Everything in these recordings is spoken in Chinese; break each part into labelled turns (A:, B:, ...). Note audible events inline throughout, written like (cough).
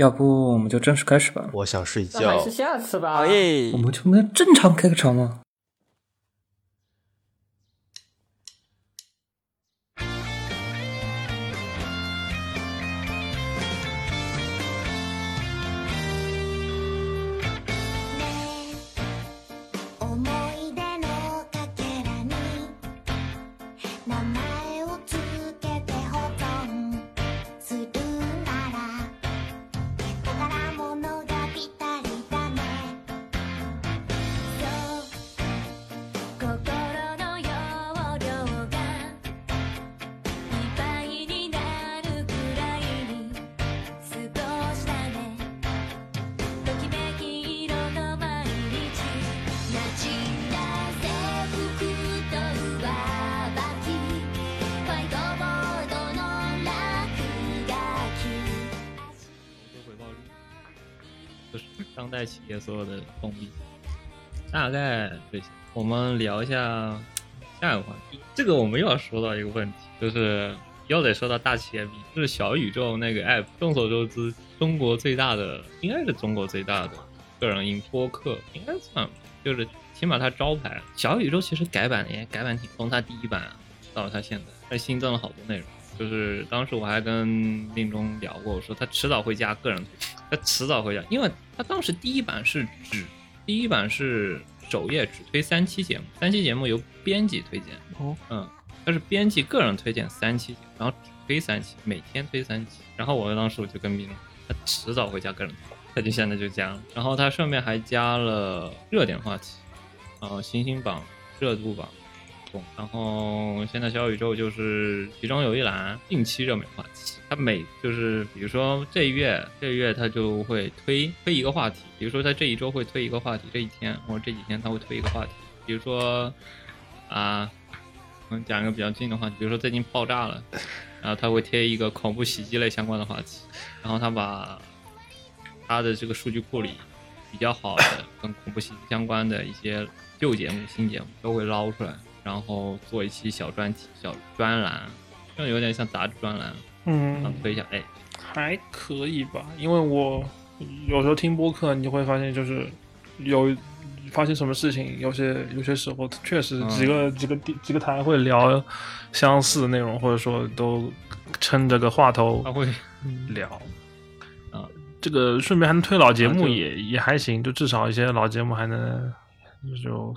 A: 要不我们就正式开始吧？
B: 我想睡
C: 那还
B: 觉
C: 是。下次吧
D: 好。耶
A: 我！们就没有正常开个场吗？
E: 「思い出のかけらに名前をつけて保存するなら」「宝物がぴったりだね」「そう心の容量がいっぱいになるくらいに過ごしたね」「ときめき色の毎日」「なじんだ制服と上履き」「ホワイトボードの落書き」
F: 多回报率，就是当代企业所有的动力，大概这些。我们聊一下下一个话题，这个我们又要说到一个问题，就是又得说到大企业比，就是小宇宙那个 app。众所周知，中国最大的应该是中国最大的个人音播客，应该算吧，就是起码它招牌。小宇宙其实改版也改版挺，从它第一版、啊、到它现在，它新增了好多内容。就是当时我还跟令中聊过，我说他迟早会加个人推荐，他迟早会加，因为他当时第一版是只第一版是首页只推三期节目，三期节目由编辑推荐，
D: 哦，
F: 嗯，他是编辑个人推荐三期，然后只推三期，每天推三期，然后我当时我就跟令中，他迟早会加个人推荐，他就现在就加了，然后他顺便还加了热点话题，然后新星榜、热度榜。然后现在小宇宙就是其中有一栏近期热门话题，它每就是比如说这一月这一月它就会推推一个话题，比如说它这一周会推一个话题，这一天或者这几天它会推一个话题，比如说啊，我们讲一个比较近的话题，比如说最近爆炸了，然后它会贴一个恐怖袭击类相关的话题，然后它把它的这个数据库里比较好的跟恐怖袭击相关的一些旧节目、新节目都会捞出来，然后做一期小专题、小专栏，这种有点像杂志专栏，然后
D: 嗯，
F: 推一下。哎，
D: 还可以吧，因为我有时候听播客，你就会发现就是有发生什么事情，有些有些时候确实
F: 嗯
D: 几个、几个地几个台会聊相似的内容，或者说都撑着个话头
F: 他会
D: 聊。嗯
F: 啊
D: 这个顺便还能推老节
F: 啊
D: 目
F: 就
D: 也、也还行，就至少一些老节目还能就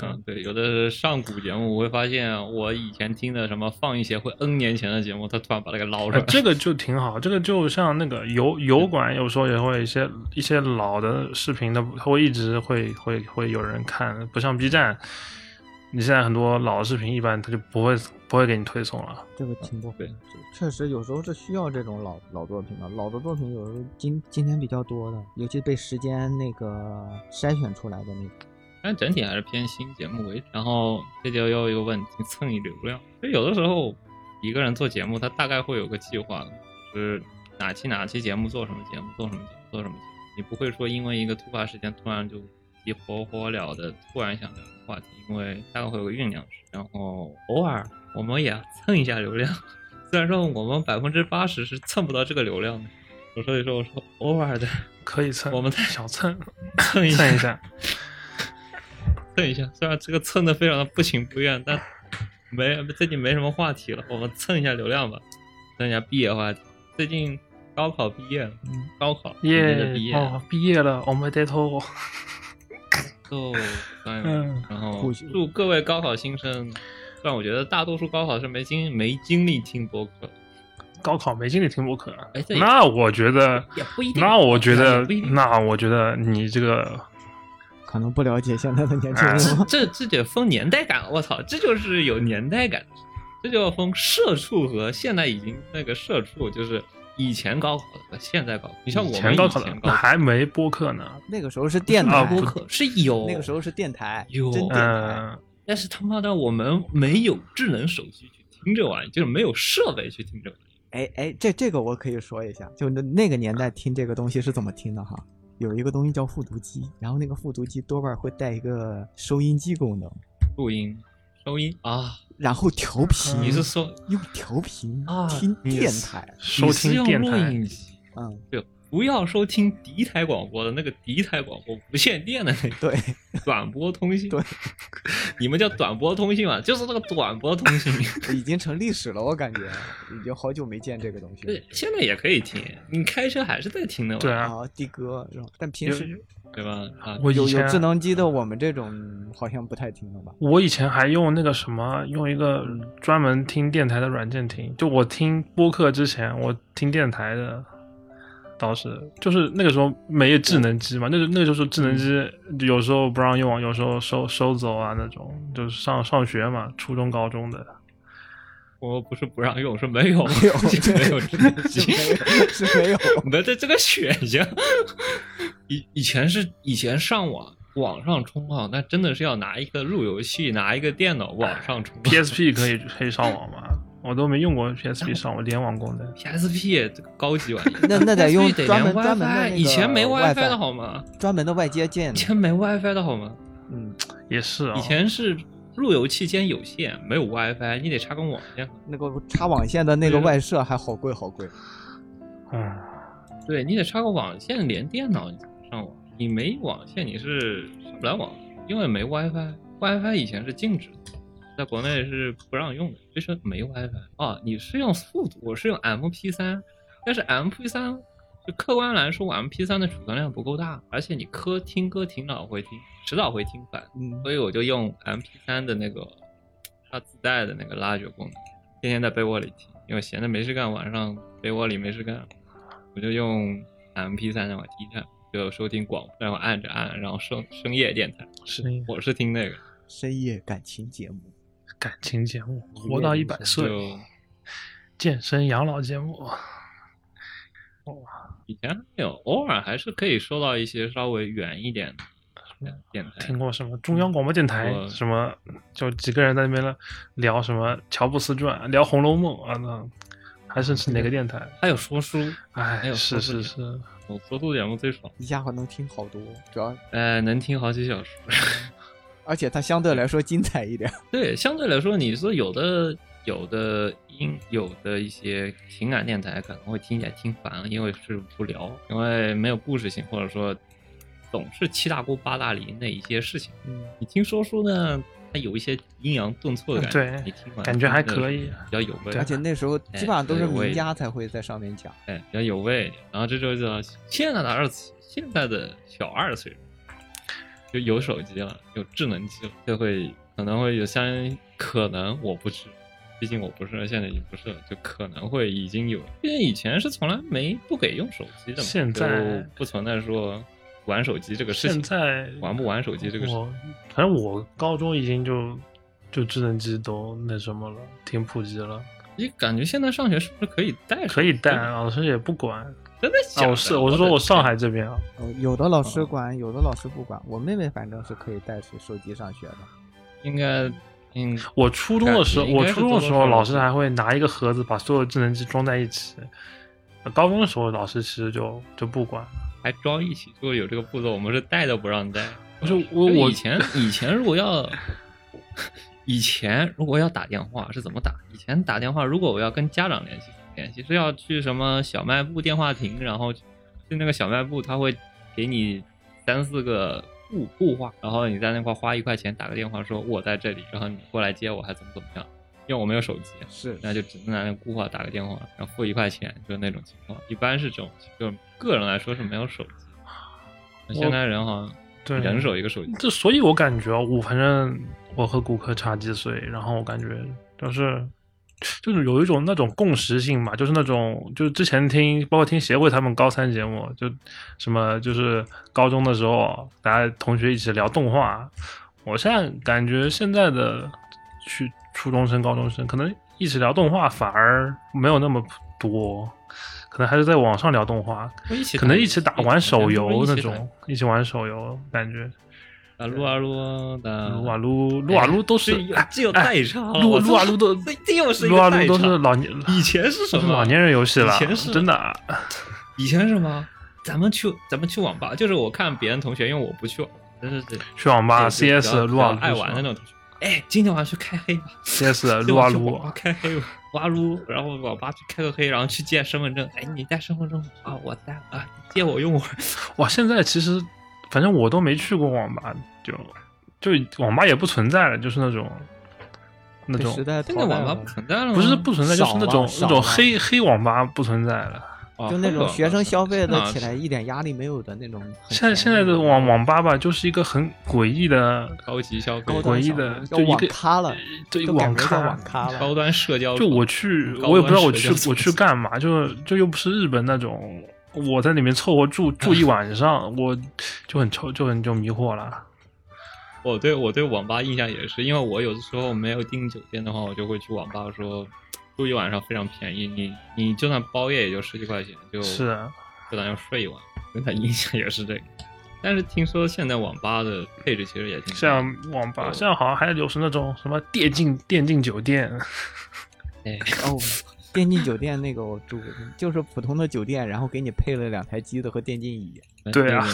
F: 嗯，对，有的上古节目，我会发现我以前听的什么放映协会 N 年前的节目，他突然把那个捞出
D: 哎
F: 来，，
D: 这个就挺好，这个就像那个油油管，有时候也会有一些一些老的视频，它它会一直会会会有人看，不像 B 站，你现在很多老的视频一般它就不会不会给你推送了。
G: 这个挺不
F: 对，
G: 确实有时候是需要这种老老作品的，老的作品有时候今今天比较多的，尤其被时间那个筛选出来的那种。
F: 但整体还是偏新节目为主。然后这就又有一个问题，蹭一流量。就有的时候一个人做节目，他大概会有个计划，就是哪期哪期节目做什么节目，做什么节目，做什么节目。你不会说因为一个突发事件突然就急火火燎的突然想聊这个话题，因为大概会有个酝酿时。然后偶尔我们也蹭一下流量， (laughs) 虽然说我们百分之八十是蹭不到这个流量的。我所以说，我说偶尔的 (laughs)
D: 可以蹭，
F: 我们再
D: 小蹭
F: 蹭一下，
D: 蹭一下，
F: 蹭一下，虽然这个蹭的非常的不情不愿，但没最近没什么话题了，我们蹭一下流量吧，蹭一下毕业话题。最近高考毕业了，高考
D: 嗯耶、
F: 紧接着毕业，
D: 哦，毕业了，我们得头， (laughs)
F: 够算
D: 嗯
F: 然后
G: 互相
F: 祝各位高考新生，但我觉得大多数高考生没经没精力听播客，
D: 高考没精力听播客，
F: 哎这也
D: 那我觉得，
F: 也不一定。
D: 那我觉
F: 也
D: 得
F: 不一，定
D: 那我觉得你这个
G: 可能不了解现在的年轻人
F: 这
B: 哎
G: 吧，
D: (laughs)
F: 这这得分年代感，我操，这就是有年代感，这就要分社畜和现在已经那个社畜，就是以前高考的和现在高考。你像我
D: 以
F: 们
D: 前高考
F: 以
D: 的
F: 前高考
D: 还没播客呢，
G: (laughs) 那个时候是电台
D: 啊不
F: 播，客是有，
G: 那个时候是电台，
F: 有
G: 真电台。
D: 嗯，
F: 但是他妈的我们没有智能手机去听这玩意，就是没有设备去听这玩意。
G: 哎哎，这这个我可以说一下，就那那个年代听这个东西是怎么听的哈。有一个东西叫复读机，然后那个复读机多半会带一个收音机功能，
F: 录音、收音啊，
G: 然后调频，
F: 你是说
G: 用调频
F: 嗯啊
G: 听
F: 你
G: 电
F: 是
G: 台，
D: 收
F: 你是
D: 听
F: 用
D: 电
F: 录
D: 台
F: 音机？
G: 嗯，
F: 对，不要收听敌台广播的那个敌台广播无线电的
G: (laughs)
F: 那个
G: 对，
F: 短波通信。
G: 对，
F: 你们叫短波通信嘛，就是那个短波通信。
G: 已经成历史了，我感觉已经好久没见这个东西了
F: 对，。现在也可以听，你开车还是在听的嘛，
D: 对啊，
G: 啊，的哥，然后但平时
F: 对吧？啊，
D: 我以
G: 有有
D: 前
G: 智能机的，我们这种好像不太听
F: (laughs)
G: 了吧？
D: 我以前还用那个什么，用一个专门听电台的软件听。就我听播客之前，我听电台的，倒是就是那个时候没有智能机嘛，那个那个就是智能机，有时候不让用，啊有时候收收走啊那种。就是上上学嘛，初中高中的，
F: 我不是不让用，是没有，
G: 没有
F: (laughs) 是没有智能
G: (laughs) 是
F: 机
G: 没。有，是
F: (laughs)
G: 没有。
F: 我们的这个选项，以以前是以前上网网上冲浪，那真的是要拿一个路由器，拿一个电脑
G: 哎
F: 网上冲浪。
D: PSP 可以可以上网吗？我都没用过 PSP 上网联网功能。
F: PSP 这个高级玩意，
G: 那那得用
F: PSP
G: 专门
F: 连
G: 专门的
F: WiFi，
G: 那个嗯
F: 以前没
G: WiFi
F: 的好吗？
G: 专门的外接键
F: 以，前没 WiFi 的好吗？
G: 嗯，
D: 也是啊、
F: 以前是路由器兼有线，没有 WiFi，你得插根网线。
G: 那个插网线的那个外设还好贵好贵。
D: 嗯，
F: 对你得插个网线连电脑你才能上网，你没网线你是上不来网，因为没 WiFi。WiFi 以前是禁止的，在国内是不让用的，就是没 WiFi 啊。你是用速读，我是用 MP3，但是 MP3 就客观来说，MP3 的储存量不够大，而且你歌听歌挺早会听，迟早会听烦，
G: 嗯，
F: 所以我就用 MP3 的那个它自带的那个拉掘功能，天天在被窝里听，因为闲着没事干，晚上被窝里没事干，我就用 MP3 让我低站，就收听广播，然后按着按，然后深深夜电台，是
D: 深夜
F: 我是听那个，
G: 深夜感情节目，
D: 感情节目，活到一百岁，
F: 就
D: 健身养老节目。
F: 以前还有偶尔还是可以收到一些稍微远一点的电台
D: 听，过什么中央广播电台
F: 哎嗯我
D: 什么，就几个人在那边聊什么《乔布斯传》，聊《红楼梦》啊，那还是是哪个电台？
F: 还有说书，还
D: 哎，
F: 有说
D: 是
F: 书
D: 是是，
F: 我说书节目最爽，
G: 一下还能听好多，主要
F: 呃，能听好几小时。
G: 而且它相对来说精彩一点。
F: 对，相对来说，你说有的有的音有的一些情感电台可能会听起来听烦，因为是无聊，因为没有故事性，或者说总是七大姑八大姨那一些事情。
G: 嗯，
F: 你听说书呢，它有一些阴阳顿挫的感觉，
D: 啊对
F: 你听完
D: 感觉还
F: 真的
D: 可
F: 是
D: 以
F: 比较有味，
D: 对
G: 而且那时候基本上都是名家才会在上面讲。
F: 哎比较有味。然后这就叫现在的二次，现在的小二岁数就有手机了，有智能机了，就会可能会有相可能我不是，毕竟我不是，现在已经不是了，就可能会已经有，因为以前是从来没不给用手机的嘛，
D: 现在
F: 就不存在说玩手机这个事情，
D: 现在
F: 玩不玩手机这个事
D: 我反正我高中已经就就智能机都那什么了，挺普及了，
F: 你感觉现在上学是不是可以带手机？
D: 可以带，啊老师也不管。
F: 真的假
D: 啊，
F: 的？
D: 我是我是说我
F: 的
D: 上海这边啊，
G: 哦有的老师管，有的老师不管。我妹妹反正是可以带着手机上学的。
F: 应该嗯，
D: 我初中的时候，
F: 感觉应
D: 我
F: 该是
D: 初中的时候
F: 多多少少
D: 老师还会拿一个盒子把所有智能机装在一起。高中的时候，老师其实就就不管，
F: 还装一起，就有这个步骤，我们是带都不让带。
D: 不是我
F: 就
D: 我
F: 哎以前以前如果要以前如果要打电话是怎么打？以前打电话如果我要跟家长联系联系是要去什么小卖部电话亭，然后去那个小卖部他会给你三四个固固话，然后你在那块花一块钱打个电话说我在这里，然后你过来接我还怎么怎么样？因为我没有手机，
G: 是
D: 哎
F: 那就只能拿那个固话打个电话，然后付一块钱，就是那种情况。一般是这种，就个人来说是没有手机。那现在人好
D: 对
F: 像人手一个手机，
D: 这所以我感觉啊我反正我和骨科差几岁，然后我感觉就是就是有一种那种共识性嘛，就是那种就是之前听包括听协会他们高三节目，就什么就是高中的时候大家同学一起聊动画，我现在感觉现在的去初中生、高中生可能一起聊动画反而没有那么多。可能还是在网上聊动画，
F: 一起打
D: 可能一起打玩手游
F: 一起
D: 那
F: 打
D: 种，一起玩手游感觉。
F: 啊撸啊撸的
D: 撸啊撸，撸啊撸都是
F: 哎这这又代差了，
D: 哎撸
F: 我操
D: 撸啊撸都
F: 这这又是一
D: 撸
F: 个
D: 啊
F: 代
D: 撸
F: 差
D: 都是老年，
F: (laughs) 以前是什
D: 都是
F: 么
D: 老年人游戏了
F: 以前，是
D: 真的啊。
F: 以前是什么？咱们去咱们去网吧，就是我看别人同学，因为我不去网吧，真是这
D: 去网
F: 这
D: 吧
F: 这
D: CS
F: 比较
D: 撸啊
F: 比较爱
D: 撸
F: 玩
D: 是
F: 的那种
D: 吗
F: 同学。哎，今天晚上去开黑吧。
D: ，CS
F: 就
D: 撸啊
F: 往去
D: 撸
F: 网吧，开黑吧，挖撸，然后网吧去开个黑，然后去借身份证。哎，你带身份证吗啊？我带啊，借我用我。
D: 哇，现在其实反正我都没去过网吧，就就网吧也不存在了，就是那种那
G: 这
D: 种
G: 时代
F: 现
G: 淘
F: 在
G: 汰
F: 网
G: 了
F: 吧不存在了吗？
D: 不是不存在，
F: 嗯
D: 就
G: 少
D: 是那
G: 了
D: 种
G: 少
D: 那种
G: 了
D: 黑黑网吧不存在了。
F: 哦
G: 就那 (laughs) 种学生消费的起。
F: 会有
G: 来一点压力没有的那种很便宜。
D: 现在现在的网网吧吧，就是一个很诡异的，
F: 高级消费
G: 高，
D: 诡
G: 端
D: 异
G: 小
D: 的
G: 众
D: 就
G: 叫
D: 一
G: 网
D: 个
G: 咖了，
D: 对
G: 都
D: 网
G: 改名叫
D: 咖
G: 网咖了。
F: 高端社交。
D: 就我去，
F: 高
D: 我也不知道
F: 端
D: 我
F: 社
D: 去
F: 交
D: 我去干嘛，就就又不是日本那种，我在里面凑合住住一晚上，我就很愁，就很就迷惑了。
F: 我对我对网吧印象也是，因为我有的时候没有订酒店的话，我就会去网吧说住一晚上非常便宜，你你就算包夜也就十几块钱，就是
D: 啊
F: 就咱就睡一晚。对他印象也是这个，但是听说现在网吧的配置其实也挺
D: 像网吧，现在好像还流行那种什么电竞电竞酒店，
F: 哎
G: 哦，电竞酒店那个我住过，就是普通的酒店，然后给你配了两台机子和电竞椅。
D: 对啊，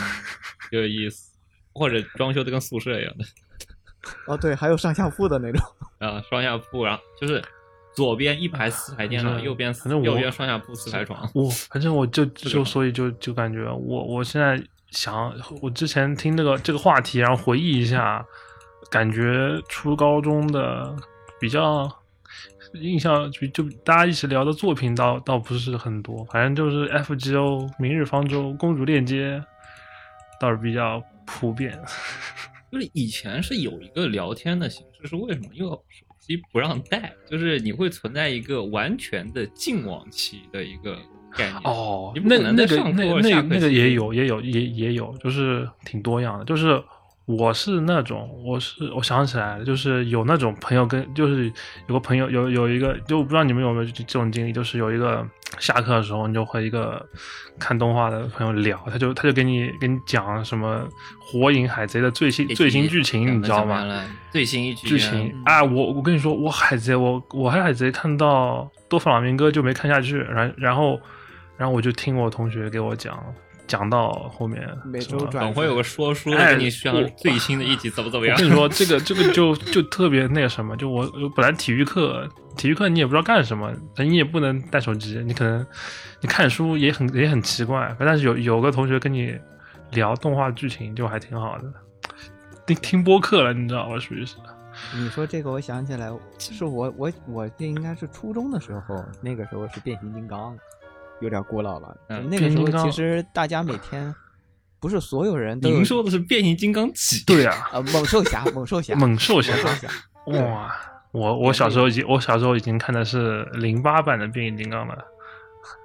F: 有点意思，或者装修的跟宿舍一样的
G: 哦，对，还有上下铺的那种。
F: 啊，双下铺，然后就是左边一排四排电脑，
D: 嗯
F: 右边四
D: 反正我
F: 右边双下铺四排床，
D: 我反正我就
F: 这个
D: 就
F: 吗
D: 所以就就感觉我我现在想，我之前听那个这个话题，然后回忆一下，感觉初高中的比较印象就就大家一起聊的作品倒倒不是很多，反正就是 FGO、明日方舟、公主链接倒是比较普遍。
F: 就是以前是有一个聊天的形式，是为什么？因为手机不让带，就是你会存在一个完全的禁网期的一个概念。
D: 哦
F: 你，不
D: 那
F: 可能
D: 那
F: 在
D: 个
F: 上
D: 那
F: 课
D: 那
F: 下
D: 个
F: 课
D: 那个
F: 期
D: 也
F: 间
D: 有也有也也有，就是挺多样的。就是我是那种，我是我想起来了，就是有那种朋友跟，就是有个朋友有有一个，就我不知道你们有没有这种经历，就是有一个下课的时候，你就和一个看动画的朋友聊，他就他就给你给你讲什么《火影》《海贼》的最新
F: 这
D: 最
F: 集
D: 新剧情，
F: 讲
D: 你
F: 得
D: 知道
F: 怎么
D: 吗
F: 样？了？最新一局嗯
D: 剧情啊，我我跟你说，我海贼，我我还海贼看到多弗朗明哥就没看下去，然然后然后我就听我同学给我讲，讲到后面
G: 每
D: 什么
G: 周转
F: 总会有个说书
D: 哎
F: 跟你讲
D: 我
F: 最新的一集怎么怎么
D: 我
F: 样。
D: 跟你说，这个这个就就特别那个什么，就我我本来体育课，体育课你也不知道干什么，你也不能带手机，你可能你看书也很也很奇怪，但是有有个同学跟你聊动画剧情就还挺好的，听听播客了，你知道吗？属于是。
G: 你说这个，我想起来，是我我我这应该是初中的时候，那个时候是变形金刚，有点古老了。
F: 嗯
G: 那个时
D: 变形金
G: 候
D: 刚
G: 其实大家每天不是所有人都有
F: 您说的是变形金刚几？
D: 对啊，
G: 呃猛兽侠，猛兽侠，
D: 猛兽侠
G: 猛兽侠，
D: 哇！我我小时候已经我小时候已经看的是零八版的变形金刚了，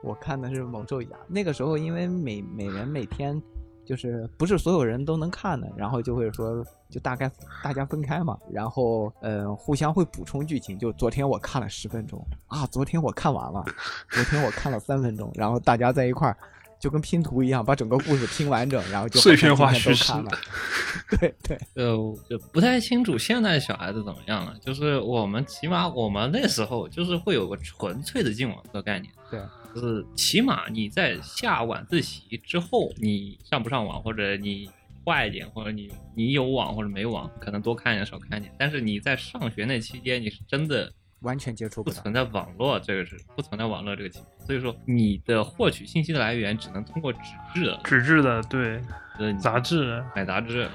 G: 我看的是《猛兽侠》，那个时候因为每每人每天就是不是所有人都能看的，然后就会说就大概大家分开嘛，然后嗯互相会补充剧情。就昨天我看了十分钟啊，昨天我看完了，昨天我看了三分钟，然后大家在一块儿。就跟拼图一样，把整个故事拼完整，然后就
D: 碎片化
G: 好像今
D: 叙事
G: 天都看了。 (laughs) 对对，
F: 呃，我不太清楚现在小孩子怎么样了。就是我们起码我们那时候就是会有个纯粹的进网课概念。
G: 对，
F: 就是起码你在下晚自习之后，你上不上网，或者你坏一点，或者你你有网或者没网，可能多看一点少看一点。但是你在上学那期间，你是真的
G: 完全接触
F: 不
D: (laughs)
G: 不到。
F: 存在网络这个是不存在网络这个情况，所以说你的获取信息的来源只能通过纸质了，
D: 纸质的对
F: 就是你
D: 杂志，
F: 买杂志。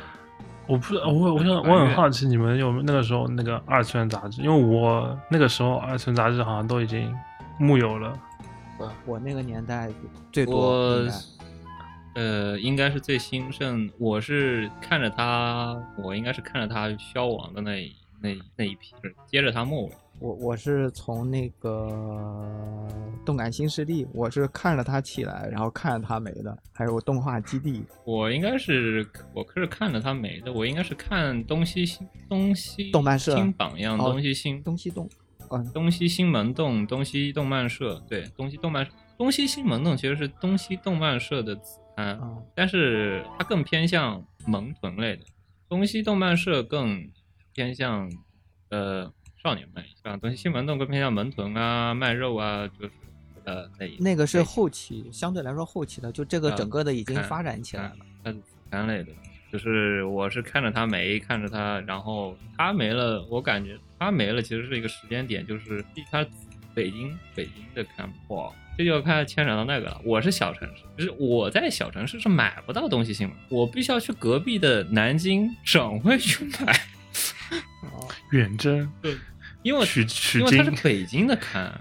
D: 我不知道我我想
F: 翻阅
D: 我很好奇你们有没有那个时候那个二次元杂志，因为我那个时候二次元杂志好像都已经木有了，
G: 我我那个年代最多
F: 我
G: 应该
F: 呃，应该是最兴盛。我是看着他，我应该是看着他消亡的那一那一那一批，就是接着他末尾。
G: 我我是从那个动感新势力，我是看着它起来，然后看着它没的，还有动画基地，
F: 我应该是我是看着他没的，我应该是看东西新东西
G: 动漫社
F: 新榜样，
G: 哦
F: 东西新
G: 东西动，嗯，
F: 东西新门洞，东西动漫社，对，东西动漫东西新门洞其实是东西动漫社的子啊刊，
G: 嗯
F: 但是它更偏向萌豚类的，东西动漫社更偏向呃少年漫，像东西新闻动更偏向萌豚啊、卖肉啊，就是呃那一
G: 那个是
F: 类
G: 后期，相对来说后期的，就这个
F: 啊
G: 整个的已经
F: 看
G: 发展起来了。
F: 它是子刊呃类的，就是我是看着它没，看着它，然后它没了，我感觉它没了其实是一个时间点，就是它子北京北京的看哇，这就要看牵扯到那个了。我是小城市，就是我在小城市是买不到东西新闻，我必须要去隔壁的南京省会去买，
D: 远征
F: 因为我
D: 取取
F: 因为它是
D: 经，
F: 北京的刊，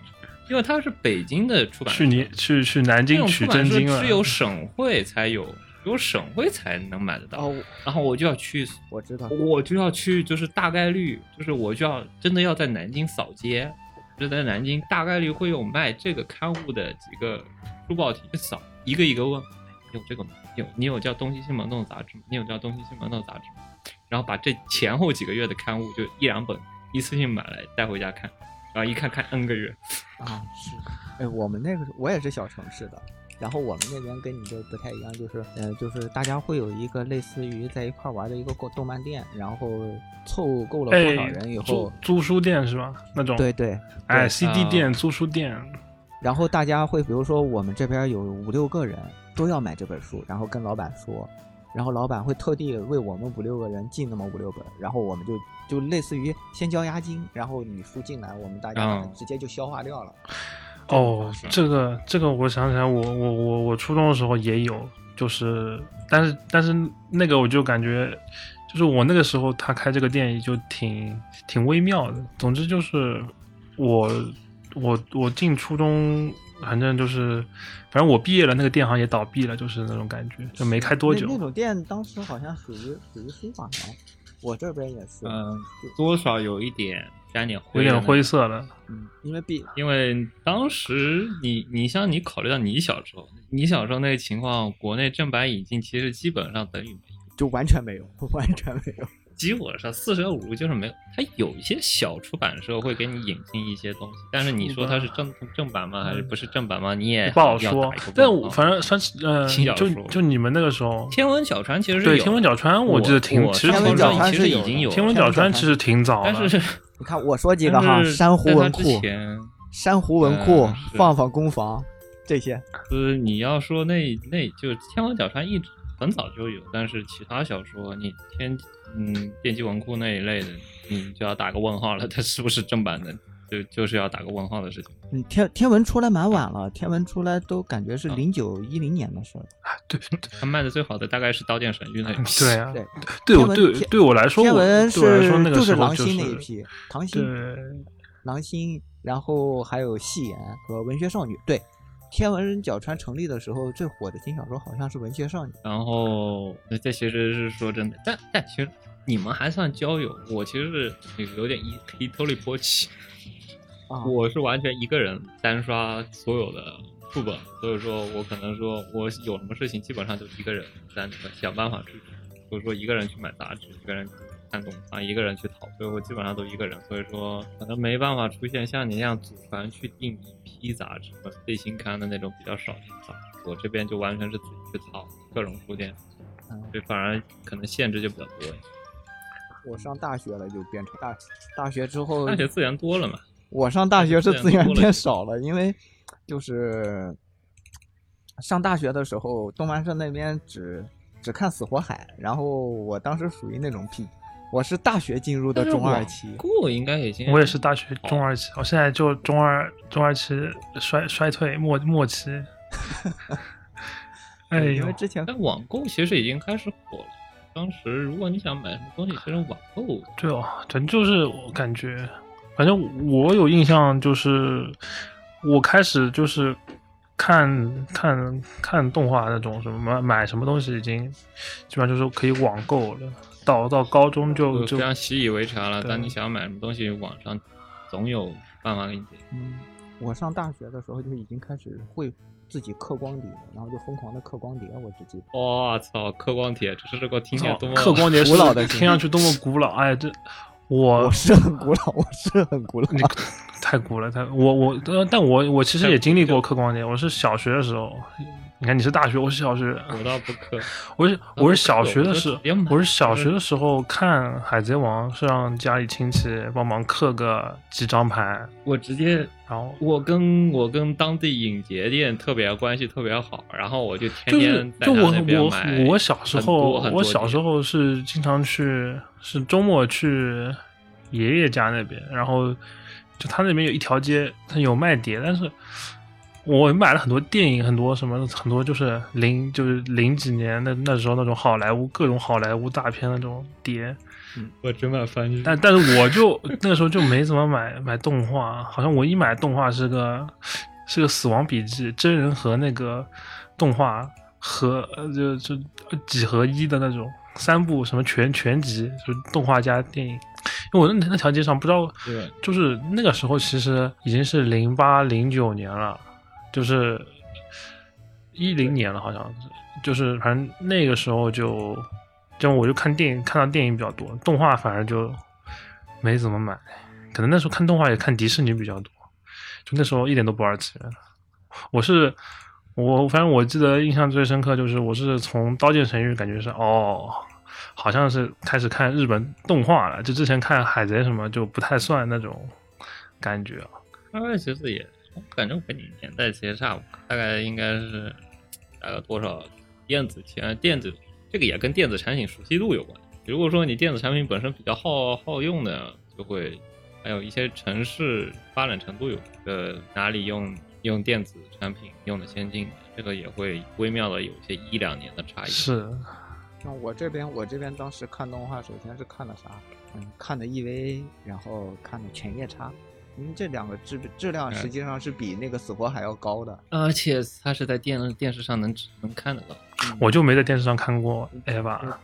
F: 因为它是北京的出版社
D: 去你去去南
F: 这
D: 京
F: 种
D: 取
F: 出
D: 真
F: 版社
D: 经啊了
F: 只。有省会才有，只有省会才能买得到。
G: 哦，
F: 然后我就要去，
G: 我知道，
F: 我就要去，就是大概率，就是我就要真的要在南京扫街，就在南京大概率会有卖这个刊物的几个书报体去扫，一个一个问，哎有这个吗？有你有叫《东西新闻弄》杂志吗？你有叫《东西新闻弄》杂志吗？然后把这前后几个月的刊物就一两本一次性买来带回家看，然后一看看 N 个月。
G: 啊，是，哎，我们那个时候我也是小城市的，然后我们那边跟你这不太一样，就是呃，就是大家会有一个类似于在一块儿玩的一个购动漫店，然后凑够了多少
D: 哎
G: 人以，后
D: 租，租书店是吧？那种
G: 对对，
D: 哎
G: 对嗯
D: ，CD
F: 啊
D: 店、租书店，
G: 然后大家会比如说我们这边有五六个人都要买这本书，然后跟老板说。然后老板会特地为我们五六个人进那么五六本，然后我们就就类似于先交押金，然后你书进来，我们大家
F: 嗯
G: 直接就消化掉了。
D: 哦，这个这个我想起来我，我我我初中的时候也有，就是但是但是那个我就感觉，就是我那个时候他开这个店也就挺挺微妙的。总之就是我我我进初中，反正就是反正我毕业了，那个店好像也倒闭了，就是那种感觉，就没开多久
G: 那。那种店当时好像属于属于书法行，我这边也是，
F: 嗯，多少有一点沾点
D: 有
F: 灰，
D: 点灰。色了，
G: 嗯， (laughs) 因为毕
F: 因为当时你，你像你考虑到你小时候，你小时候那个情况，国内正版引进其实基本上等于没有，
G: 就完全没有，完全没有。
F: 基本上四舍五入就是没有。它有一些小出版社会给你引进一些东西，但是你说它是正正版吗？还是不是正版吗？你也
D: 嗯不好
F: 哎要
D: 说
F: 打一个。
D: 但
F: 问
D: 我
F: 号
D: 反正算是呃，
F: 轻小
D: 就
F: 说
D: 就你们那个时候，
F: 天文小船其实是
D: 对
F: 有
D: 天文角川，我记得挺
F: 我
D: 其实
F: 是
G: 天文
D: 挺
F: 从
G: 角
D: 早
F: 这
G: 川
F: 其实
G: 是有
F: 已经
G: 的
F: 有了，
D: 天文角川其实挺早的，
F: 但是
G: 你看我说几个哈
F: 但，是
G: 珊瑚
F: 在它
G: 文
F: 之
G: 库、
F: 前
G: 珊瑚文库
F: 嗯、是
G: 放放攻防这些，
F: 就是你要说那那就是《天文角川》一直很早就有，但是其他小说你天嗯电击文库那一类的，你就要打个问号了，它是不是正版的？就就是要打个问号的事情。
G: 嗯，天天文出来蛮晚了，天文出来都感觉是
F: 啊
G: 零九一零年的事儿。 (laughs)
D: 对
F: 它卖的最好的大概是《刀剑神域》那一批。
D: 对啊，
G: 对，
D: 对我
G: 天文
D: 对
G: 天
D: 对我来说，
G: 天文
D: 我对我来说那个
G: 就
D: 时
G: 是
D: 候
G: 狼
D: 就
G: 心那一
D: 是
G: 批，嗯唐心
D: 对
G: 狼心，然后还有戏言和文学少女。对，天文角川成立的时候最火的轻小说好像是文学少女。
F: 然后这这其实是说真的，但但其实你们还算交友，我其实是有点一一头里波起。
G: 啊，
F: 我是完全一个人单刷所有的副本，所以说我可能说我有什么事情基本上就一个人单独想办法去，所以说一个人去买杂志，一个人去看动漫，一个人去淘，所以我基本上都一个人，所以说可能没办法出现像你那样组团去订一批杂志和最新刊的那种比较少见杂志，我这边就完全是自己去淘各种书店，
G: 嗯
F: 所以反而可能限制就比较多。
G: 我上大学了就变成大大学之后
F: 大，学资源多了嘛，
G: 我上大学是
F: 资源
G: 资源
F: 多了
G: 变
F: 就
G: 少了，因为就是上大学的时候，动漫社那边只只看死活海，然后我当时属于那种屁，我是大学进入的
F: 但是
G: 中二
F: 网
G: 期，
F: 购应该已经
D: 我也是大
G: 哦
D: 学中二期，我现在就中二中二期衰衰退末末期。
G: (laughs)
D: 哎
G: 因
D: 呦
G: 为，之前
F: 但网购其实已经开始火了。当时如果你想买什么东西，其实网购
D: 对哦，反正就是我感觉，反正我有印象就是，我开始就是看看看动画那种什么买什么东西已经基本上就是可以网购了。到到高中就
F: 就
D: 就
F: 非常习以为常了。
D: 对
F: 当你想要买什么东西，网上总有办法给你解决。
G: 嗯，我上大学的时候就已经开始会自己刻光碟，然后就疯狂的刻光碟，我只记得。
F: 我操，刻光帖，这是这个听起来多么
D: 刻哦光碟
G: 古老的
D: 是听上去多么古老，哎，这我
G: 我是很古老，我是很古老。
D: 你太古了，太我我呃但我我其实也经历过刻光碟，我是小学的时候，你看你是大学，我是小学，
F: 我倒不刻。
D: 我是
F: 呃那不
D: 我是小学的
F: 刻
D: 时
F: 我就直接买
D: 我是小学的时候看《海贼王》，是让家里亲戚帮忙刻个几张盘，
F: (laughs) 我直接，
D: 然后
F: 我跟我跟当地影节店特别关系特别好，然后我就天
D: 就是
F: 天在
D: 就
F: 他
D: 我
F: 那边买
D: 我我小时
F: 很多
D: 候
F: 很，多
D: 我小
F: 碟
D: 时候是经常去，是周末去爷爷家那边，然后就他那边有一条街，他有卖碟，但是我买了很多电影，很多什么，很多就是零就是零几年的那时候那种好莱坞各种好莱坞大片那种碟，
F: 我只买番剧
D: 但但是我就那个时候就没怎么买买动画，好像我一买动画是个是个《死亡笔记》真人和那个动画和呃就就几合一的那种三部什么全全集，就是动画加电影。因为我那那条街上不知道
F: 对，
D: 就是那个时候其实已经是零八零九年了，就是一零年了，好像是就是反正那个时候就就我就看电影看到电影比较多，动画反而就没怎么买，可能那时候看动画也看迪士尼比较多，就那时候一点都不二次元。我是我反正我记得印象最深刻就是我是从《刀剑神域》感觉是哦。好像是开始看日本动画了，就之前看海贼什么就不太算那种感觉啊。
F: 他其实也，反正跟你年代其实差不多，大概应该是大概多少电子钱，电子这个也跟电子产品熟悉度有关。如果说你电子产品本身比较耗耗用的，就会还有一些城市发展程度有呃哪里用用电子产品用的先进，这个也会微妙的有一些一两年的差异。
D: 是，
G: 那我这边，我这边当时看动画，首先是看的啥？嗯，看的 EVA，然后看的犬夜叉。嗯，这两个质质量
F: 哎
G: 实际上是比那个死活还要高的。
F: 而且它是在电电视上能能看得到。
D: 我就没在电视上看过 EVA，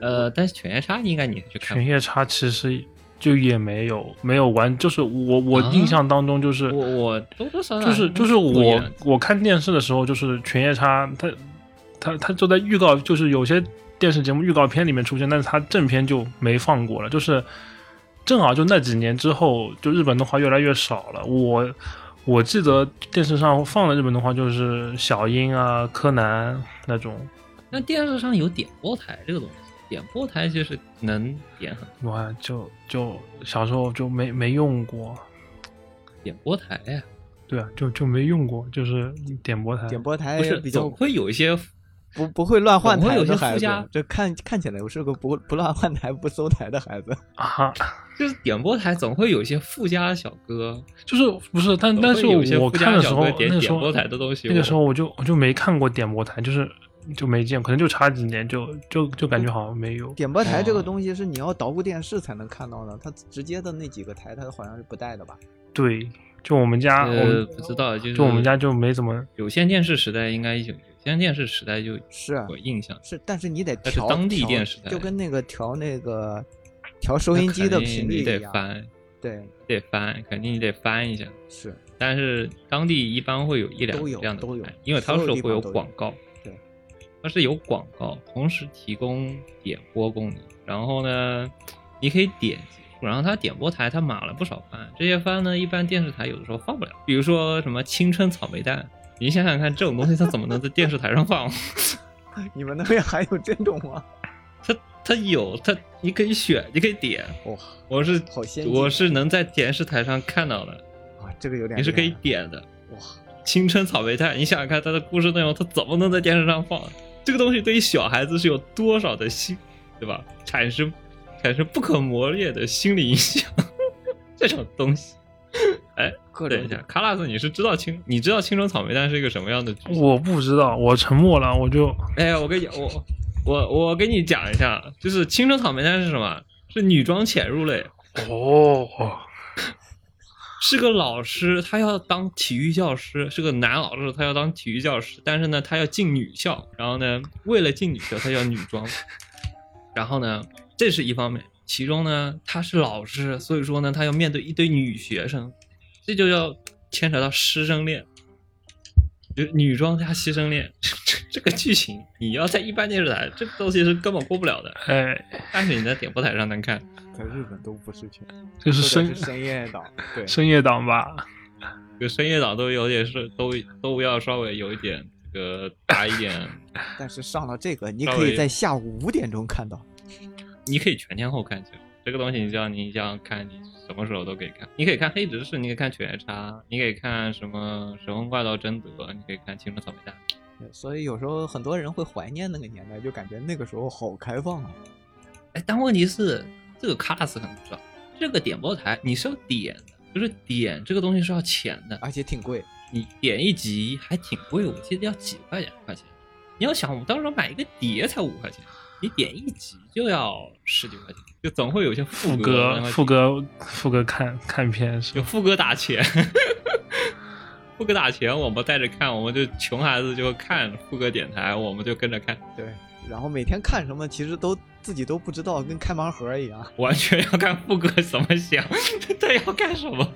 F: 呃，但是犬夜叉应该你去看
D: 犬
F: 过。
D: 夜叉其实就也没有没有玩，就是我我
F: 啊
D: 印象当中就是、
F: 我我多多少少
D: 就是就是
F: 不一
D: 我
F: 样
D: 我看电视的时候，就是犬夜叉，他他他就在预告，就是有些电视节目预告片里面出现，但是他正片就没放过了，就是正好就那几年之后，就日本动画越来越少了。我我记得电视上放的日本动画就是小樱啊、柯南那种，
F: 那电视上有点播台这个东西，点播台其实能点很
D: 我还就就小时候就没没用过，
F: 点播台呀、
D: 对啊，就就没用过，就是点播台。
G: 点播台
F: 哎不是
G: 哎比较
F: 总会有一些
G: 不不会乱换
F: 总会
G: 台
F: 有些
G: 的
F: 附
G: 孩子
F: 加，
G: 这看看起来我是个不不乱换台、不搜台的孩子。
D: 啊，
F: 就是点播台总会有一些附加小歌，
D: 就是不是？但
F: 总
D: 但
F: 会
D: 是
F: 有一些
D: 我
F: 附加
D: 看的时
F: 小
D: 候
F: 歌，点
D: 那时
F: 点
D: 候
F: 播台的东西，
D: 那个时候我就我就没看过点播台，就是就没见，可能就差几年就就就感觉好像没有。
G: 点播台这
F: 哦
G: 个东西是你要捣鼓电视才能看到的，它直接的那几个台它好像是不带的吧？
D: 对，就我们家，我
F: 呃
D: 们
F: 不知道就是
D: 就我们家就没怎么
F: 有线电视时代应该有有线电视时代就有
G: 是啊
F: 印象，
G: 是，但是你得
F: 但是
G: 调
F: 当地
G: 调
F: 电视台
G: 就跟那个调那个调收音机的
F: 那肯定
G: 频率
F: 你得
G: 一样。
F: 翻
G: 对，
F: 得翻，肯定你得翻一下。
G: 是
F: 但是当地一般会有一两
G: 都
F: 个
G: 有
F: 这样的
G: 都有
F: 台，因为它
G: 所有
F: 是
G: 地
F: 会
G: 方
F: 有
G: 都有
F: 广告，
G: 对，
F: 它是有广告，同时提供点播功能。然后呢，你可以点击，然后它点播台它码了不少番，这些番呢一般电视台有的时候放不了，比如说什么《青春草莓蛋》，你想想看这种东西它怎么能在电视台上放？ (laughs)
G: 你们那边还有这种吗？
F: 它它有它，你可以选，你可以点。
G: 哇、
F: 我是
G: 好先进
F: 我是能在电视台上看到的，
G: 啊，这个有点
F: 你是可以
G: 厉害
F: 点的。
G: 哇，
F: 青春草莓蛋，你想想看它的故事内容，它怎么能在电视上放？啊这个东西对于小孩子是有多少的心，对吧？产生产生不可磨灭的心理影响， (laughs) 这种东西。哎，
G: 各
F: 等一
G: 种
F: 下，卡拉斯，你是知道青，你知道青春草莓蛋是一个什么样的剧情？
D: 我不知道，我沉默了，我就
F: 哎，我跟你我我我跟你讲一下，啊就是青春草莓蛋是什么？是女装潜入类，
D: 哦，
F: 是个老师，他要当体育教师，是个男老师，他要当体育教师，但是呢，他要进女校，然后呢，为了进女校，他要女装，然后呢，这是一方面，其中呢，他是老师，所以说呢，他要面对一堆女学生，这就要牵扯到师生恋，就女装加师生恋， (laughs) 这个剧情你要在一般电视台，这个东西是根本过不了的，
D: 哎，
F: 但是你在点播台上能看，
G: 在日本都不是全，
D: 这是
G: 或者
D: 深
G: 深夜档，对，
D: 深夜档吧？
F: 就深夜档都有点是都都要稍微有一点这个大一点。
G: 但是上了这个，你
F: 稍
G: 可
F: 微
G: 以在下午五点钟看到。
F: 你可以全天候看球，这个东西你知道，你想看，你什么时候都可以看。你可以看黑执事，你可以看犬夜叉，你可以看什么神风怪盗贞德，你可以看青春草莓蛋。
G: 对呃所以有时候很多人会怀念那个年代，就感觉那个时候好开放啊。
F: 哎，但问题是，这个 class 很重要，这个点播台你是要点的，就是点这个东西是要钱的，
G: 而且挺贵。
F: 你点一集还挺贵，我记得要几块钱块钱。你要想，我们当时买一个碟才五块钱，你点一集就要十几块钱，就总会有些
D: 副
F: 副
D: 歌
F: 然后
D: 副歌副歌看看片是
F: 有
D: 吧？
F: 副歌打钱，副歌打钱，我们带着看，我们就穷孩子就会看副歌点台，我们就跟着看，
G: 对，然后每天看什么，其实都自己都不知道，跟开盲盒一样，
F: 完全要看副歌怎么 (laughs) 想，这要干什么？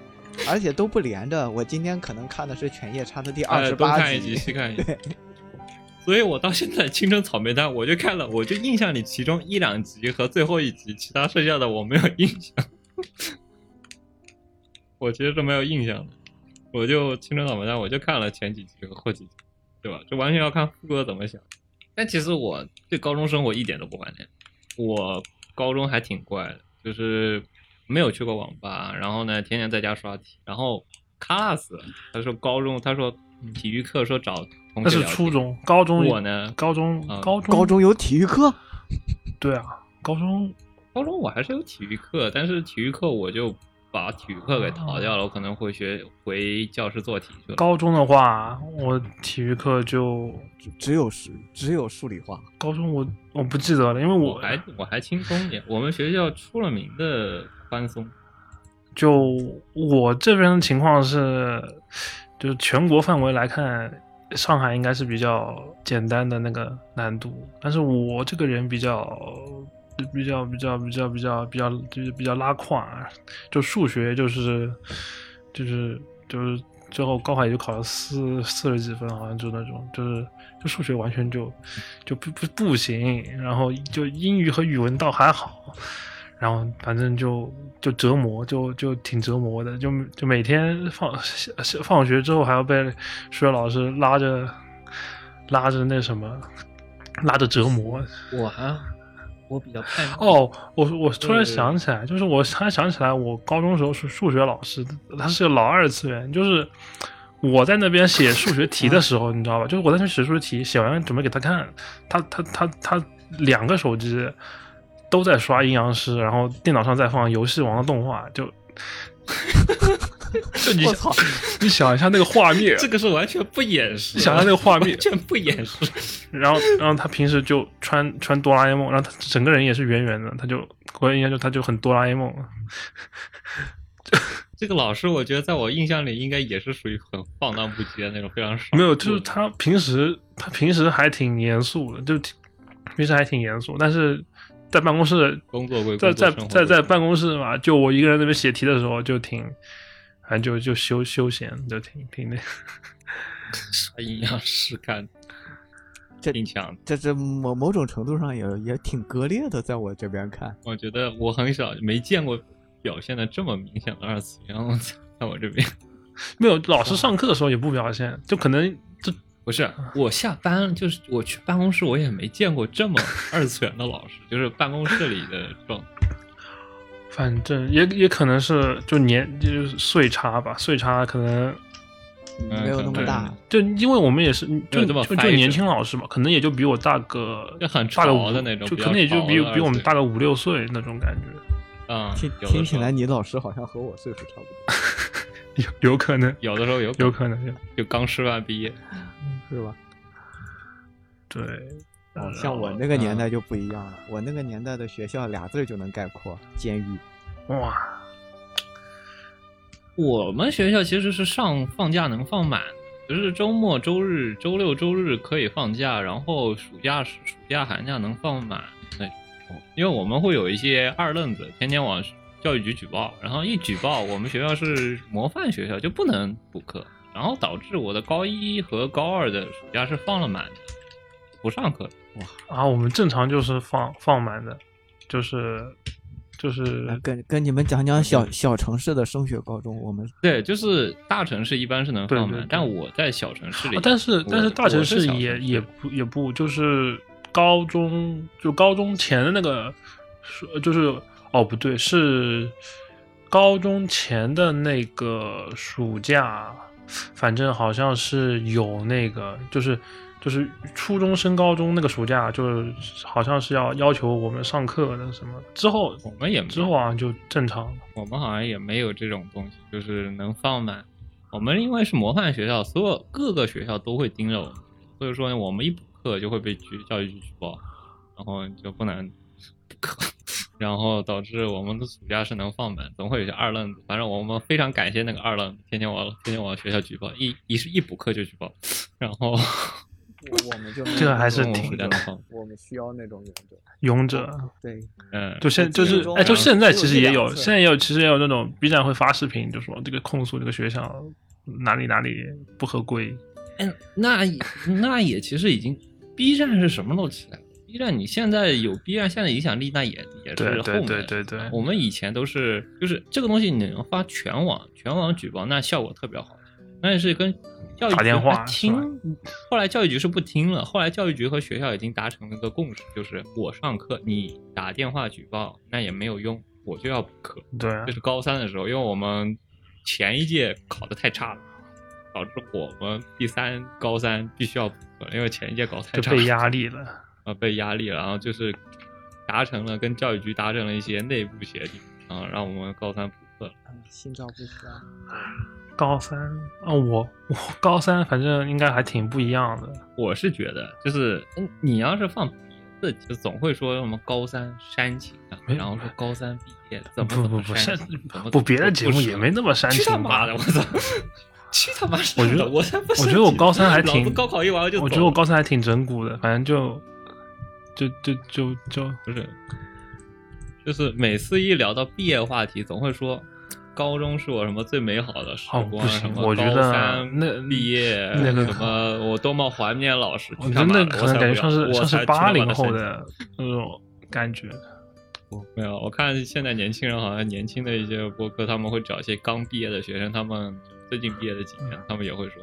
G: 而且都不连着。我今天可能看的是《犬夜叉》的第二
F: 哎，
G: 十
F: 东
G: 八
F: 看一集，西看一集
G: 对。
F: (laughs) 所以我到现在《青春草莓蛋》，我就看了，我就印象里其中一两集和最后一集，其他剩下的我没有印象。我其实是没有印象的，我就《青春草莓蛋》，我就看了前几集和后几集，对吧？这完全要看副歌怎么想。但其实我对高中生活一点都不怀念，我高中还挺怪的，就是没有去过网吧，然后呢，天天在家刷题，然后 class，他说高中，他说体育课说找同
D: 那
F: 学
D: 是
F: 聊天
D: 初，中，高中
F: 我呢
D: 高中
F: 啊
D: 高中
G: 高中有体育课，
D: 对啊，高中
F: 高中我还是有体育课，但是体育课我就把体育课给逃掉了，我可能会学回教室做题去了。
D: 哦高中的话，我体育课就
G: 只只有数只有数理化。
D: 高中我我不记得了，因为
F: 我还我还轻松一点，我们学校出了名的宽松，
D: 就我这边的情况是，就是全国范围来看，上海应该是比较简单的那个难度，但是我这个人比较。比较比较比较比较比较就是比较拉胯啊，就数学就是就是就是最后高考也就考了四四十几分，好像就那种就是就数学完全就就不不不行，然后就英语和语文倒还好，然后反正就就折磨，就就挺折磨的，就就每天放下下放学之后还要被数学老师拉着拉着那什么，拉着折磨。
F: 我还我比较叛逆，
D: 哦，我我突
F: 对
D: 然想起来，就是我突然想起来，我高中时候是数学老师，他是个老二次元，就是我在那边写数学题的时候，你知道吧？就是我在那边写数学题，写完准备给他看，他他他他两个手机都在刷阴阳师，然后电脑上在放游戏王的动画，就就你
G: 我
D: 想
G: 操，
D: 你想一下那个画面，
F: 这个是完全不掩饰，啊
D: 你想象那个画面
F: 完全不掩饰。
D: 然后，然后他平时就穿穿哆啦 A 梦，然后他整个人也是圆圆的，他就我印象就他就很哆啦 A 梦，
F: 这个老师，我觉得在我印象里应该也是属于很放荡不羁的那种，非常少。
D: 没有，就是他平时他平时还挺严肃的，就挺平时还挺严肃，但是在办公室
F: 工作归工作
D: 在在
F: 生活
D: 在
F: 归
D: 在
F: 生活
D: 办公室嘛，就我一个人在那边写题的时候就挺，反正就就休休闲，就挺挺那。
F: 刷阴阳师看，
G: 这
F: 挺强的。
G: 这这某某种程度上也也挺割裂的，在我这边看，
F: 我觉得我很少没见过表现的这么明显的二次元，我在在我这边
D: 没有，老师上课的时候也不表现，就可能就
F: (laughs) 不是我下班就是我去办公室，我也没见过这么二次元的老师， (laughs) 就是办公室里的状态。
D: 反正也也可能是就年就是岁差吧，岁差可能
F: 嗯
G: 没有那么大。
D: 就因为我们也是就
F: 有嗯这么
D: 就
F: 嗨
D: 就是年轻老师嘛，可能也就比我大个
F: 就很
D: 大个
F: 潮
D: 五
F: 的那种
D: 就
F: 比
D: 可能
F: 较
D: 也就
F: 潮
D: 比
F: 的
D: 比我们
F: 对
D: 大个五六岁那种感觉，
F: 嗯，
G: 听
F: 有的
G: 听
F: 时
G: 起
F: 候
G: 来你老师好像和我岁数差不多，
D: 有有可能
F: 有的时候有
D: 有可能有
F: 就刚师范毕业，
G: 是
F: 嗯
G: 吧？
D: 对，
G: 哦，像我
F: 嗯
G: 那个年代就不一样了，我那个年代的学校俩字儿就能概括：监狱。
F: 嗯
D: 哇，
F: 我们学校其实是上放假能放满，就是周末、周日、周六、周日可以放假，然后暑假、暑假、寒假能放满那种。哦因为我们会有一些二愣子，天天往教育局举报，然后一举报，我们学校是模范学校，就不能补课，然后导致我的高一和高二的暑假是放了满的，不上课。
D: 啊，我们正常就是放放满的，就是就是
G: 来呃跟跟你们讲讲小
F: 嗯
G: 小城市的升学高中，我们
F: 对，就是大城市一般是能放满，
D: 对对对
F: 但我在小城市里，
D: 啊但是
F: 我
D: 但是大城
F: 我
D: 市
F: 是小
D: 也
F: 城市
D: 也不也不就是高中就高中前的那个暑就是哦不对是高中前的那个暑假，反正好像是有那个就是就是初中升高中那个暑假，就是好像是要要求我们上课的什么，之后
F: 我们也没有
D: 之后好像就正常了。
F: 我们好像也没有这种东西，就是能放满。我们因为是模范学校，所有各个学校都会盯着我们，所以说呢，我们一补课就会被局教育局举报，然后就不能补课， (laughs) 然后导致我们的暑假是能放满，总会有些二愣子。反正我们非常感谢那个二愣子，天天往天天往学校举报，一一是一补课就举报， (laughs) 然后嗯
G: 我我们就没有
D: 这个还是
G: 那
F: 我
G: 种
F: 们
D: 挺
F: 暑假
D: 的
F: 能放满，
G: 我们需要那种人种，
D: 勇者
F: 哦
G: 对，
F: 嗯，
D: 就现就
G: 记
D: 是
G: 忆中
D: 哎，就
F: 好像
D: 现在
G: 只有
D: 其实
G: 这
D: 也
G: 两
D: 有，
G: 次
D: 现在也有其实也有那种 B 站会发视频，就说这个控诉这个学校哪里哪里不合规。
F: 哎，那也那也其实已经，B 站是什么时候起来的？B 站你现在有 B 站现在影响力，那也也
D: 对
F: 是后
D: 对
F: 面
D: 对
F: 的。
D: 对对，
F: 我们以前都是，就是这个东西你能发全网，全网举报，那效果特别好。那也是跟教育局
D: 打电话
F: 还听，后来教育局是不听了，后来教育局和学校已经达成了一个共识，就是我上课你打电话举报那也没有用，我就要补课。
D: 对啊
F: 就是高三的时候，因为我们前一届考的太差了，导致我们第三高三必须要补课，因为前一届考得太
D: 就
F: 差
D: 被压力了。
F: 啊被压力了，然后就是达成了跟教育局达成了一些内部协定，然后让我们高三补课了。
G: 嗯心照不宣。
D: 高三啊，我我高三反正应该还挺不一样的。
F: 我是觉得，就是嗯你要是放别的，就总会说什么高三煽情啊，
D: 没有
F: 然后说高三毕业怎么
D: 不
F: 怎
D: 不
F: 么
D: 不，
F: 煽
D: 煽
F: 情，怎么
D: 不别的节目也
F: 怎么
D: 没那么煽
F: 去他
D: 情
F: 妈
D: 吧
F: 的，我？操！去他妈是
D: 我觉
F: 的
D: 得
F: 我才不
D: (laughs) 我
F: 生 (laughs)
D: 觉得我
F: 气呢
D: 高三还
F: 老子
D: 挺，
F: 高考一完我就
D: 我觉
F: 走
D: 得我
F: 了
D: 高三还挺整蛊的，反正就就就就就
F: 不是，就是每次一聊到毕业话题，总会说高中是我什么最美好的时
D: 哦
F: 光，
D: 不
F: 什
D: 行
F: 么
D: 我觉
F: 高
D: 得
F: 三
D: 那
F: 毕业
D: 那个
F: 什么，我多么怀念老师。
D: 我
F: 去
D: 觉
F: 他妈
D: 得
F: 的
D: 可
F: 我
D: 能
F: 才不
D: 感觉
F: 要
D: 像是
F: 我
D: 像是
F: 才
D: 八
F: 去他
D: 零
F: 妈
D: 后
F: 生
D: 的那种感觉。
F: 气没有，我看现在年轻人好像年轻的一些播客，他们会找一些刚毕业的学生，他们最近毕业的几年，
D: 嗯
F: 他们也会说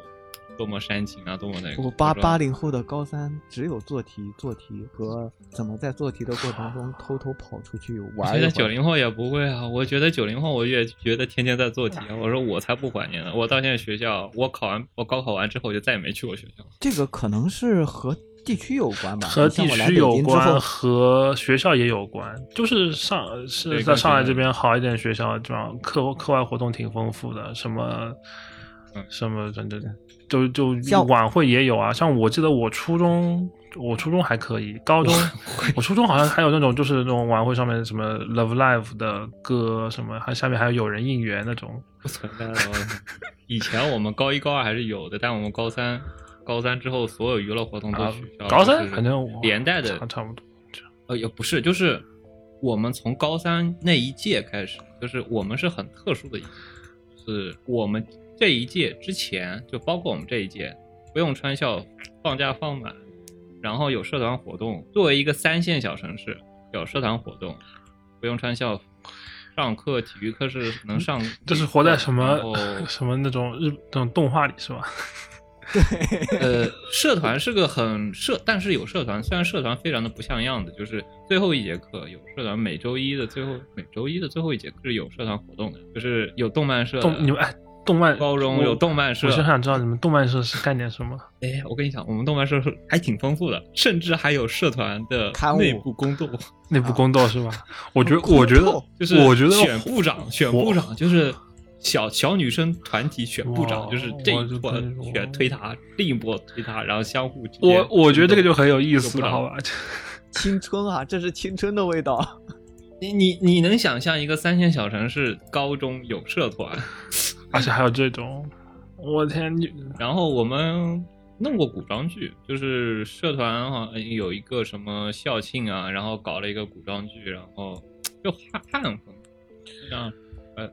F: 多么煽情啊，多么那个。
G: 我八
F: 说
G: 八零后的高三只有做题、做题和怎么在做题的过程中偷偷跑出去玩
F: 啊现
G: 一
F: 在
G: 会
F: 九
G: 儿。
F: 零后也不会啊，我觉得九零后我也觉得天天在做题啊。我说我才不怀念呢，我到现在学校，我考完我高考完之后我就再也没去过学校。
G: 这个可能是和地区有关吧，
D: 和
G: 你像
D: 地
G: 我来
D: 区
G: 北
D: 有
G: 京之
D: 关，
F: (laughs)
G: 后，
D: 和学校也有关。就是上
F: 对
D: 是在
F: 跟
D: 上海
F: 学校
D: 这边好一点学校，这样课课外活动挺丰富的，什么
F: 嗯
D: 什么反正就就
G: 像
D: 晚会也有啊。像我记得我初中，我初中还可以，高中我初中好像还有那种就是那种晚会上面什么 Love Live 的歌，什么还下面还有有人应援那种。
F: 不存 (laughs) 在了。我以前我们高一高二还是有的，但我们高三高三之后所有娱乐活动都
D: 啊
F: 取消了。
D: 高三
F: 就是
D: 反正我
F: 连带的
D: 差差不多。
F: 呃，也不是，就是我们从高三那一届开始，就是我们是很特殊的一届，就是我们这一届之前，就包括我们这一届，不用穿校服，放假放满，然后有社团活动。作为一个三线小城市，有社团活动，不用穿校服，上课体育课是能上，
D: 就是活在什么
F: 然后
D: (laughs) 什么那种日那种动画里是吧？
F: 呃，社团是个很社，但是有社团，虽然社团非常的不像样的，就是最后一节课有社团，每周一的最后每周一的最后一节课是有社团活动的，就是有动漫社的，
D: 动你们哎，动漫
F: 高中
D: 我
F: 有动漫社
D: 我就想知道你们动漫社是干点什么。
F: 哎，我跟你讲，我们动漫社是还挺丰富的，甚至还有社团的
G: 刊物
F: 内部宫斗，
D: (laughs) 内部宫斗 (laughs) 是吧？我觉得，
G: 宫斗
D: 我觉得，
F: 就是
D: 我觉得
F: 选部长，选部长就是小小女生团体选部长，
D: 哇
F: 就是这
D: 我
F: 一
D: 就
F: 波
D: 跟你说
F: 选推他，另一波推他，然后相互之间
D: 我我觉得这个
F: 争
D: 就
F: 斗
D: 很有意
F: 这
D: 思
F: 个部
D: 了，
F: 长 (laughs)
D: 好吧？
G: 青春啊，这是青春的味道。
F: 你你你能想象一个三线小城市高中有社团，
D: 而且还有这种，我天，你
F: 然后我们弄过古装剧，就是社团好像有一个什么校庆啊，然后搞了一个古装剧，然后就汉汉风，像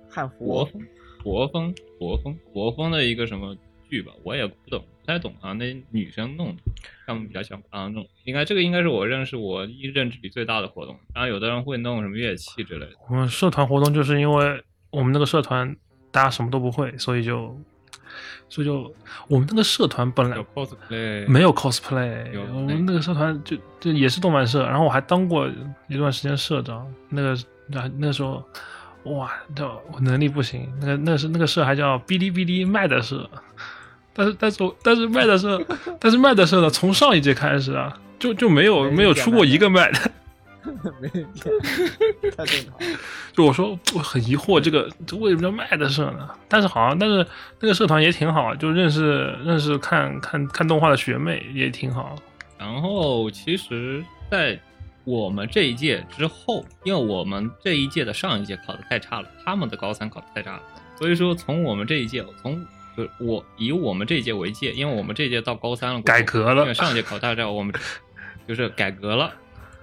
G: 汉
F: 国
G: 服，
F: 风、国风、国风、国风的一个什么剧吧，我也不懂，不太懂啊。那女生弄的，他们比较喜欢啊弄，应该这个应该是我认识我一认知里最大的活动。然后有的人会弄什么乐器之类的。
D: 我们社团活动就是因为我们那个社团大家什么都不会，所以就，所以就我们那个社团本来
F: 有 cosplay
D: 没有 cosplay，
F: 有
D: 我们那个社团就就也是动漫社，然后我还当过一段时间社长。那个那那时候，哇，这我能力不行。那个那是那个社还叫哔哩哔哩麦的社，但是但是我但是卖的 (laughs) 是但是卖的是呢，从上一届开始啊，就就没有
G: 没人
D: 没有
G: 点
D: 出
G: 麦
D: 过
G: 的
D: 一个卖的。
G: 没人骗，太正常了。
D: 就我说我很疑惑，这个这为什么叫麦的社呢？但是好像但是那个社团也挺好，啊就认识认识看看看动画的学妹也挺好。
F: 然后其实，在我们这一届之后，因为我们这一届的上一届考的太差了，他们的高三考的太差了，所以说从我们这一届，从就是我以我们这一届为界，因为我们这一届到高三了，
D: 改革了
F: 因为上一届考大差，我们就是改革了，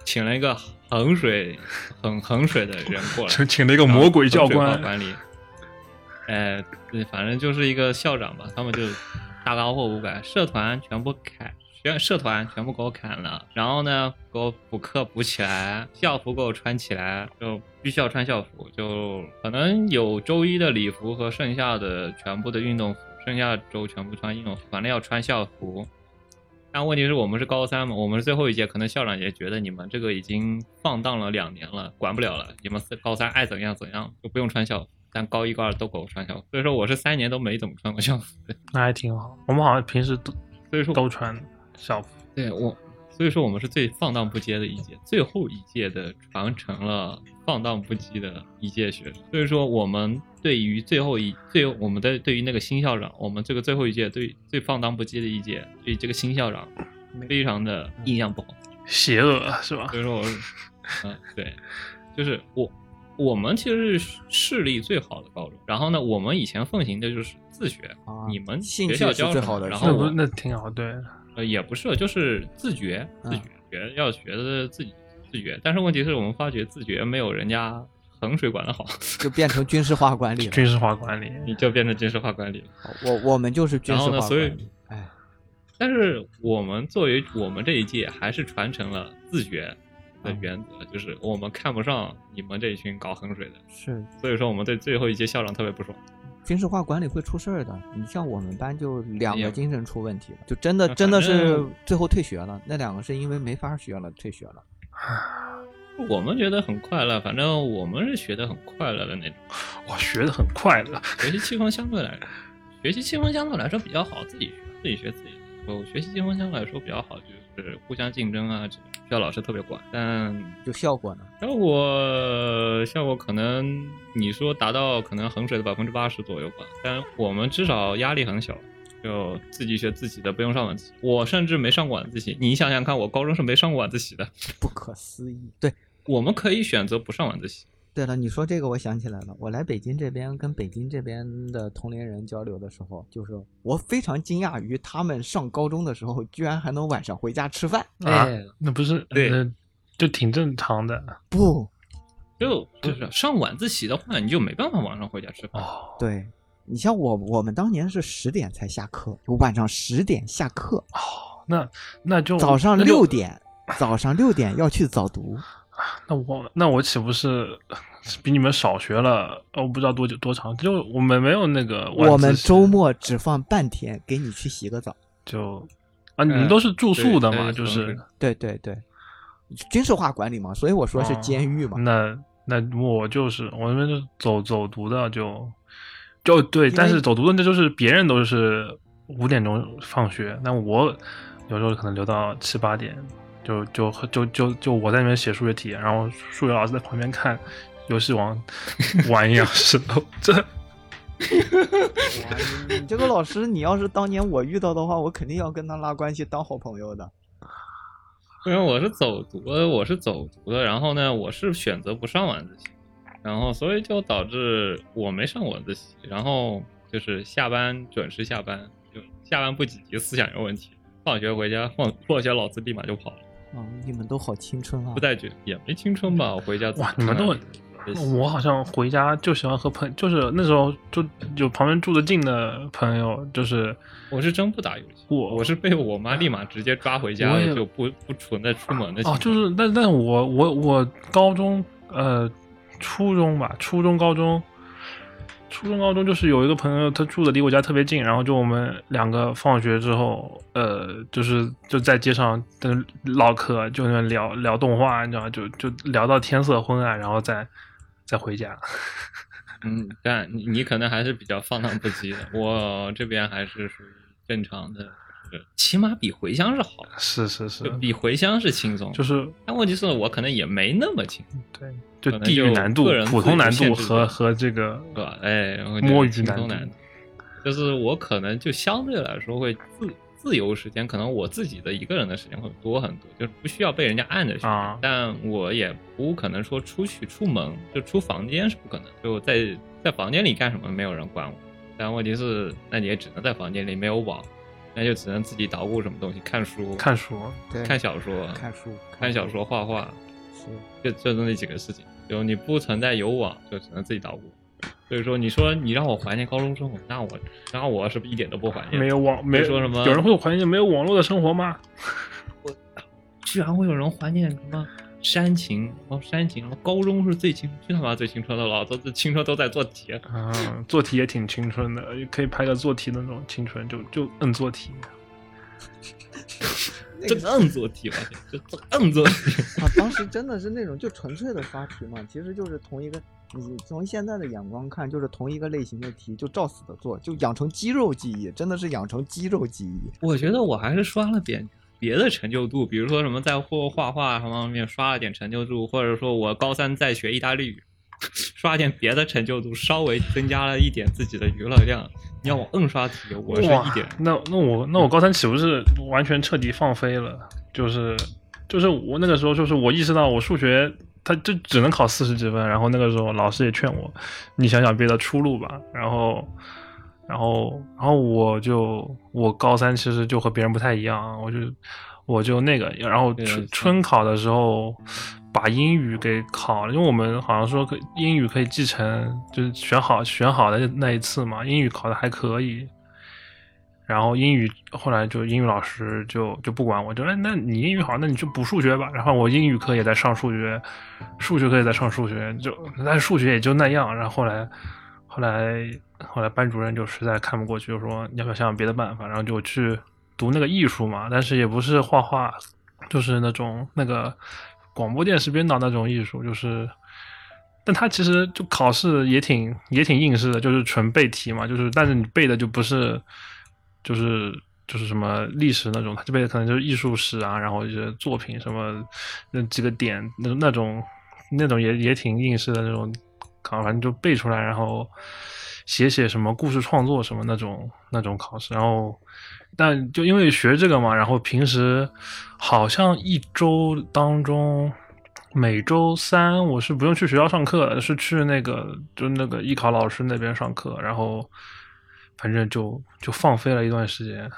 F: 请了一个衡水很衡水的人过来，
D: 请请了一个
F: 啊
D: 魔鬼教官，
F: 管理，呃，对反正就是一个校长吧，他们就大刀阔斧改，社团全部砍，学社团全部给我砍了，然后呢，给我补课补起来，校服给我穿起来，就必须要穿校服，就可能有周一的礼服和剩下的全部的运动服，剩下周全部穿运动服，反正要穿校服。但问题是我们是高三嘛，我们是最后一届，可能校长也觉得你们这个已经放荡了两年了，管不了了，你们四高三爱怎样怎样，就不用穿校服。但高一高二都给我穿校服，所以说我是三年都没怎么穿过校服的。
D: 那还挺好。我们好像平时都
F: 所以说
D: 都穿校服，
F: 对我，所以说我们是最放荡不羁的一届，最后一届的传承了放荡不羁的一届学生。所以说我们对于最后一最我们的对于那个新校长，我们这个最后一届对最放荡不羁的一届，对于这个新校长非常的印象不好。
D: 邪恶是吧？
F: 所以说我是，嗯，对，就是我我们其实是市立最好的高中，然后呢，我们以前奉行的就是自学，
G: 啊
F: 你们
G: 兴
F: 学
G: 趣
F: 校
G: 是
F: 教
G: 最
F: 什
G: 好
F: 么
G: 的
F: 然后
D: 那不
F: 我
D: 那哦挺好，对，
F: 呃，也不是，就是自觉，自
G: 嗯
F: 觉，学要学的自己自觉。但是问题是我们发觉自觉没有人家衡水管的好， (laughs)
G: 就变成军事化管理了。
D: 军事化管理。
F: 你就变成军事化管理了。
G: 我我们就是军
F: 然
G: 事
F: 后
G: 化
F: 呢所以
G: 管理。哎，
F: 但是我们作为我们这一届，还是传承了自觉的原则，就是我们看不上你们这一群搞衡水的，
G: 是
F: 所以说我们对最后一届校长特别不爽。
G: 军事化管理会出事儿的。你像我们班就两
F: 也
G: 个精神出问题了，就真的
F: 那
G: 真的
F: 反正
G: 是最后退学了。那两个是因为没法学了，退学了。
F: 我们觉得很快乐，反正我们是学的很快乐的那种，
D: 我学的很快乐，
F: 学习气氛相对来，学习气氛相对来说比较好，自己学自己学自己的。我学习气氛相对来说比较好，就是互相竞争啊，这种学校老师特别管，但
G: 就效果呢？
F: 效果效果可能你说达到可能衡水的百分之八十左右吧，但我们至少压力很小，就自己学自己的，不用上晚自习。我甚至没上过晚自习，你想想看，我高中是没上过晚自习的。
G: 不可思议。对
F: 我们可以选择不上晚自习，
G: 对了，你说这个我想起来了。我来北京这边跟北京这边的同龄人交流的时候，就是我非常惊讶于他们上高中的时候居然还能晚上回家吃饭。
D: 啊
F: 哎
D: 那不是
F: 对
D: 那就挺正常的
G: 不
F: 就就是上晚自习的话，你就没办法晚上回家吃饭。
D: 嗯哦。
G: 对，你像我我们当年是十点才下课，就晚上十点下课，
D: 那那就
G: 早上
D: 哦那就
G: 六点，早上六点要去早读。
D: 那我那我岂不是比你们少学了？呃我不知道多久多长，就我们没有那个晚自习
G: 我们周末只放半天，给你去洗个澡。
D: 就啊，你们都是住宿的嘛，
F: 对对
D: 就是
G: 对对对，军事化管理嘛，所以我说
D: 哦
G: 是监狱嘛。
D: 那那我就是我那边就走走读的就就对，但是走读的那就是别人都是五点钟放学，那我有时候可能留到七八点，就就就就就我在那边写数学题，然后数学老师在旁边看游
F: (laughs)
D: 戏王玩一样石头，这
G: 哇你你这个老师，你要是当年我遇到的话，我肯定要跟他拉关系，当好朋友的。
F: 因为我是走读的，我是走读的，然后呢，我是选择不上晚自习，然后所以就导致我没上晚自习，然后就是下班准时下班，就下班不积极，思想有问题，放学回家放放学老子立马就跑了，
G: 嗯，你们都好青春啊
F: 不！带卷也没青春吧，我回家自己
D: 哇你们都很
F: 学习
D: 我好像回家就喜欢和朋就是那时候就有旁边住得近的朋友，就是
F: 我是真不打游戏，
D: 我
F: 我是被我妈立马直接抓回家
D: 我也
F: 就不不存在出门的情
D: 哦，
F: 况
D: 就是但但我我我高中呃初中吧，初中高中，初中高中就是有一个朋友，他住的离我家特别近，然后就我们两个放学之后，呃，就是就在街上的唠嗑，就那边聊聊动画，你知道吗，就就聊到天色昏暗，然后再再回家。 (laughs)
F: 嗯，但你你可能还是比较放荡不羁的，我这边还是属于正常的，就是起码比回乡是好的，
D: 是是是啊
F: 就，比回乡是轻松。
D: 就是
F: 但问题是我可能也没那么轻松，
D: 对，就
F: 可能
D: 地域
F: 就
D: 难度
F: 个人、
D: 普通
F: 自
D: 难
F: 己限
D: 度
F: 制
D: 和
F: 的
D: 和这个
F: 对吧？哎，我觉得
D: 摸鱼
F: 轻松
D: 难
F: 难
D: 度，
F: 就是我可能就相对来说会自自由时间，可能我自己的一个人的时间会多很多，就是不需要被人家按着去。
D: 啊
F: 但我也不可能说出去出门就出房间是不可能，就在在房间里干什么没有人管我。但问题是，那你也只能在房间里，没有网，那就只能自己捣鼓什么东西，看书、
D: 看书
G: 对，
F: 看小说、
G: 看书、
F: 看小说、画画，
G: 是
F: 就就那几个事情，就你不存在有网，就只能自己捣鼓。所以说，你说你让我怀念高中生活，那我那我是不一点都不怀念。
D: 没有网，没
F: 说什么
D: 有人会怀念没有网络的生活吗？
F: 居然会有人怀念什么煽情，然后煽情，然后高中是最青，最他妈最青春的了，老子这青春都在做题了。
D: 啊，做题也挺青春的，可以拍个做题的那种青春，就就摁做题。
F: 这硬做题吧，这这硬做题。
G: 啊，当时真的是那种就纯粹的刷题嘛，其实就是同一个，你从现在的眼光看，就是同一个类型的题，就照死的做，就养成肌肉记忆，真的是养成肌肉记忆。
F: 我觉得我还是刷了点别的成就度，比如说什么在或画画什么方面刷了点成就度，或者说我高三在学意大利语， (laughs) 刷点别的成就度，稍微增加了一点自己的娱乐量。你要我硬刷题，我是
D: 哇
F: 一点。
D: 那那我那我高三岂不是完全彻底放飞了？就是就是我那个时候就是我意识到我数学它就只能考四十几分，然后那个时候老师也劝我，你想想别的出路吧。然后然后然后我就我高三其实就和别人不太一样，啊我就我就那个，然后
F: 对啊
D: 春
F: 是
D: 春考的时候。把英语给考了，因为我们好像说可英语可以继承，就是选好选好的那一次嘛，英语考的还可以，然后英语后来就英语老师就就不管我，就说哎，那你英语好，那你去补数学吧。然后我英语课也在上数学，数学课也在上数学，就但是数学也就那样。然后后来后来后来班主任就实在看不过去，就说你要不要想想别的办法？然后就去读那个艺术嘛，但是也不是画画，就是那种那个广播电视编导那种艺术，就是。但他其实就考试也挺也挺应试的，就是纯背题嘛，就是但是你背的就不是，就是就是什么历史那种，他就背的可能就是艺术史啊，然后一些作品什么那几个点那那种那种也也挺应试的那种，考反正就背出来，然后写写什么故事创作什么那种那种考试，然后但就因为学这个嘛，然后平时好像一周当中。每周三我是不用去学校上课的，是去那个就那个艺考老师那边上课，然后反正就就放飞了一段时间，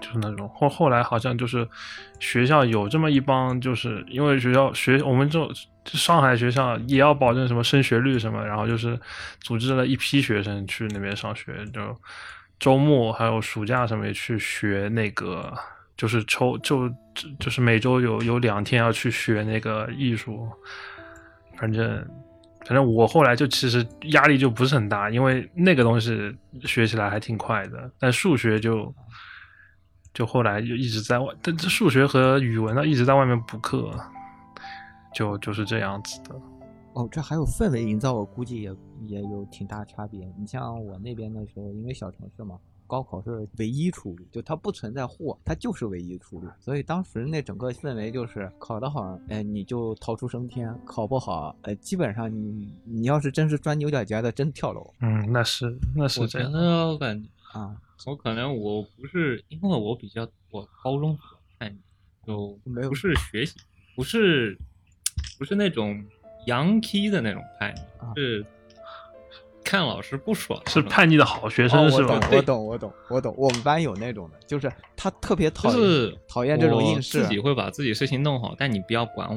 D: 就是那种后后来好像就是学校有这么一帮，就是因为学校学我们这种上海学校也要保证什么升学率什么，然后就是组织了一批学生去那边上学，就周末还有暑假什么也去学那个，就是抽就就就是每周有有两天要去学那个艺术，反正。反正我后来就其实压力就不是很大，因为那个东西学起来还挺快的，但数学就就后来就一直在外，但这数学和语文呢一直在外面补课，就就是这样子的。
G: 哦，这还有氛围营造，我估计也也有挺大差别。你像我那边的时候，因为小城市嘛，高考是唯一出路，就它不存在或，它就是唯一出路。所以当时那整个氛围就是，考得好，哎，你就逃出升天；考不好，呃，基本上你你要是真是钻牛角尖的，真跳楼
D: 嗯，那是那是
F: 我
D: 这
F: 觉
D: 样。
F: 得我感觉
G: 啊，
F: 我可能我不是因为我比较我高中比较叛逆，就
G: 没有
F: 不是学习，不是不是那种洋 k 的那种叛逆，
G: 啊
F: 是看老师不爽
D: 是叛逆的好学生
G: 哦
D: 是吧？
G: 我懂，我懂，我懂，我懂。我们班有那种的，就是他特别讨
F: 就
G: 厌、
F: 是
G: 讨厌这种
F: 我
G: 应试
F: 自，己会把自己事情弄好，但你不要管我，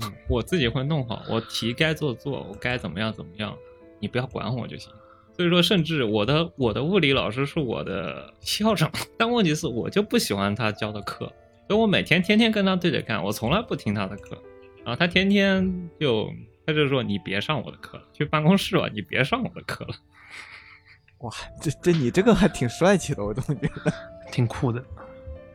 F: 嗯我自己会弄好，我题该做做，我该怎么样怎么样，你不要管我就行。所以说，甚至我的我的物理老师是我的 (laughs) 校长，但问题是我就不喜欢他教的课，所以我每天天天跟他对着干，我从来不听他的课，然后他天天就他就说你别上我的课了，去办公室吧，你别上我的课了。
G: 哇，这这你这个还挺帅气的，我总觉得。
D: 挺
G: (laughs)
D: 酷的。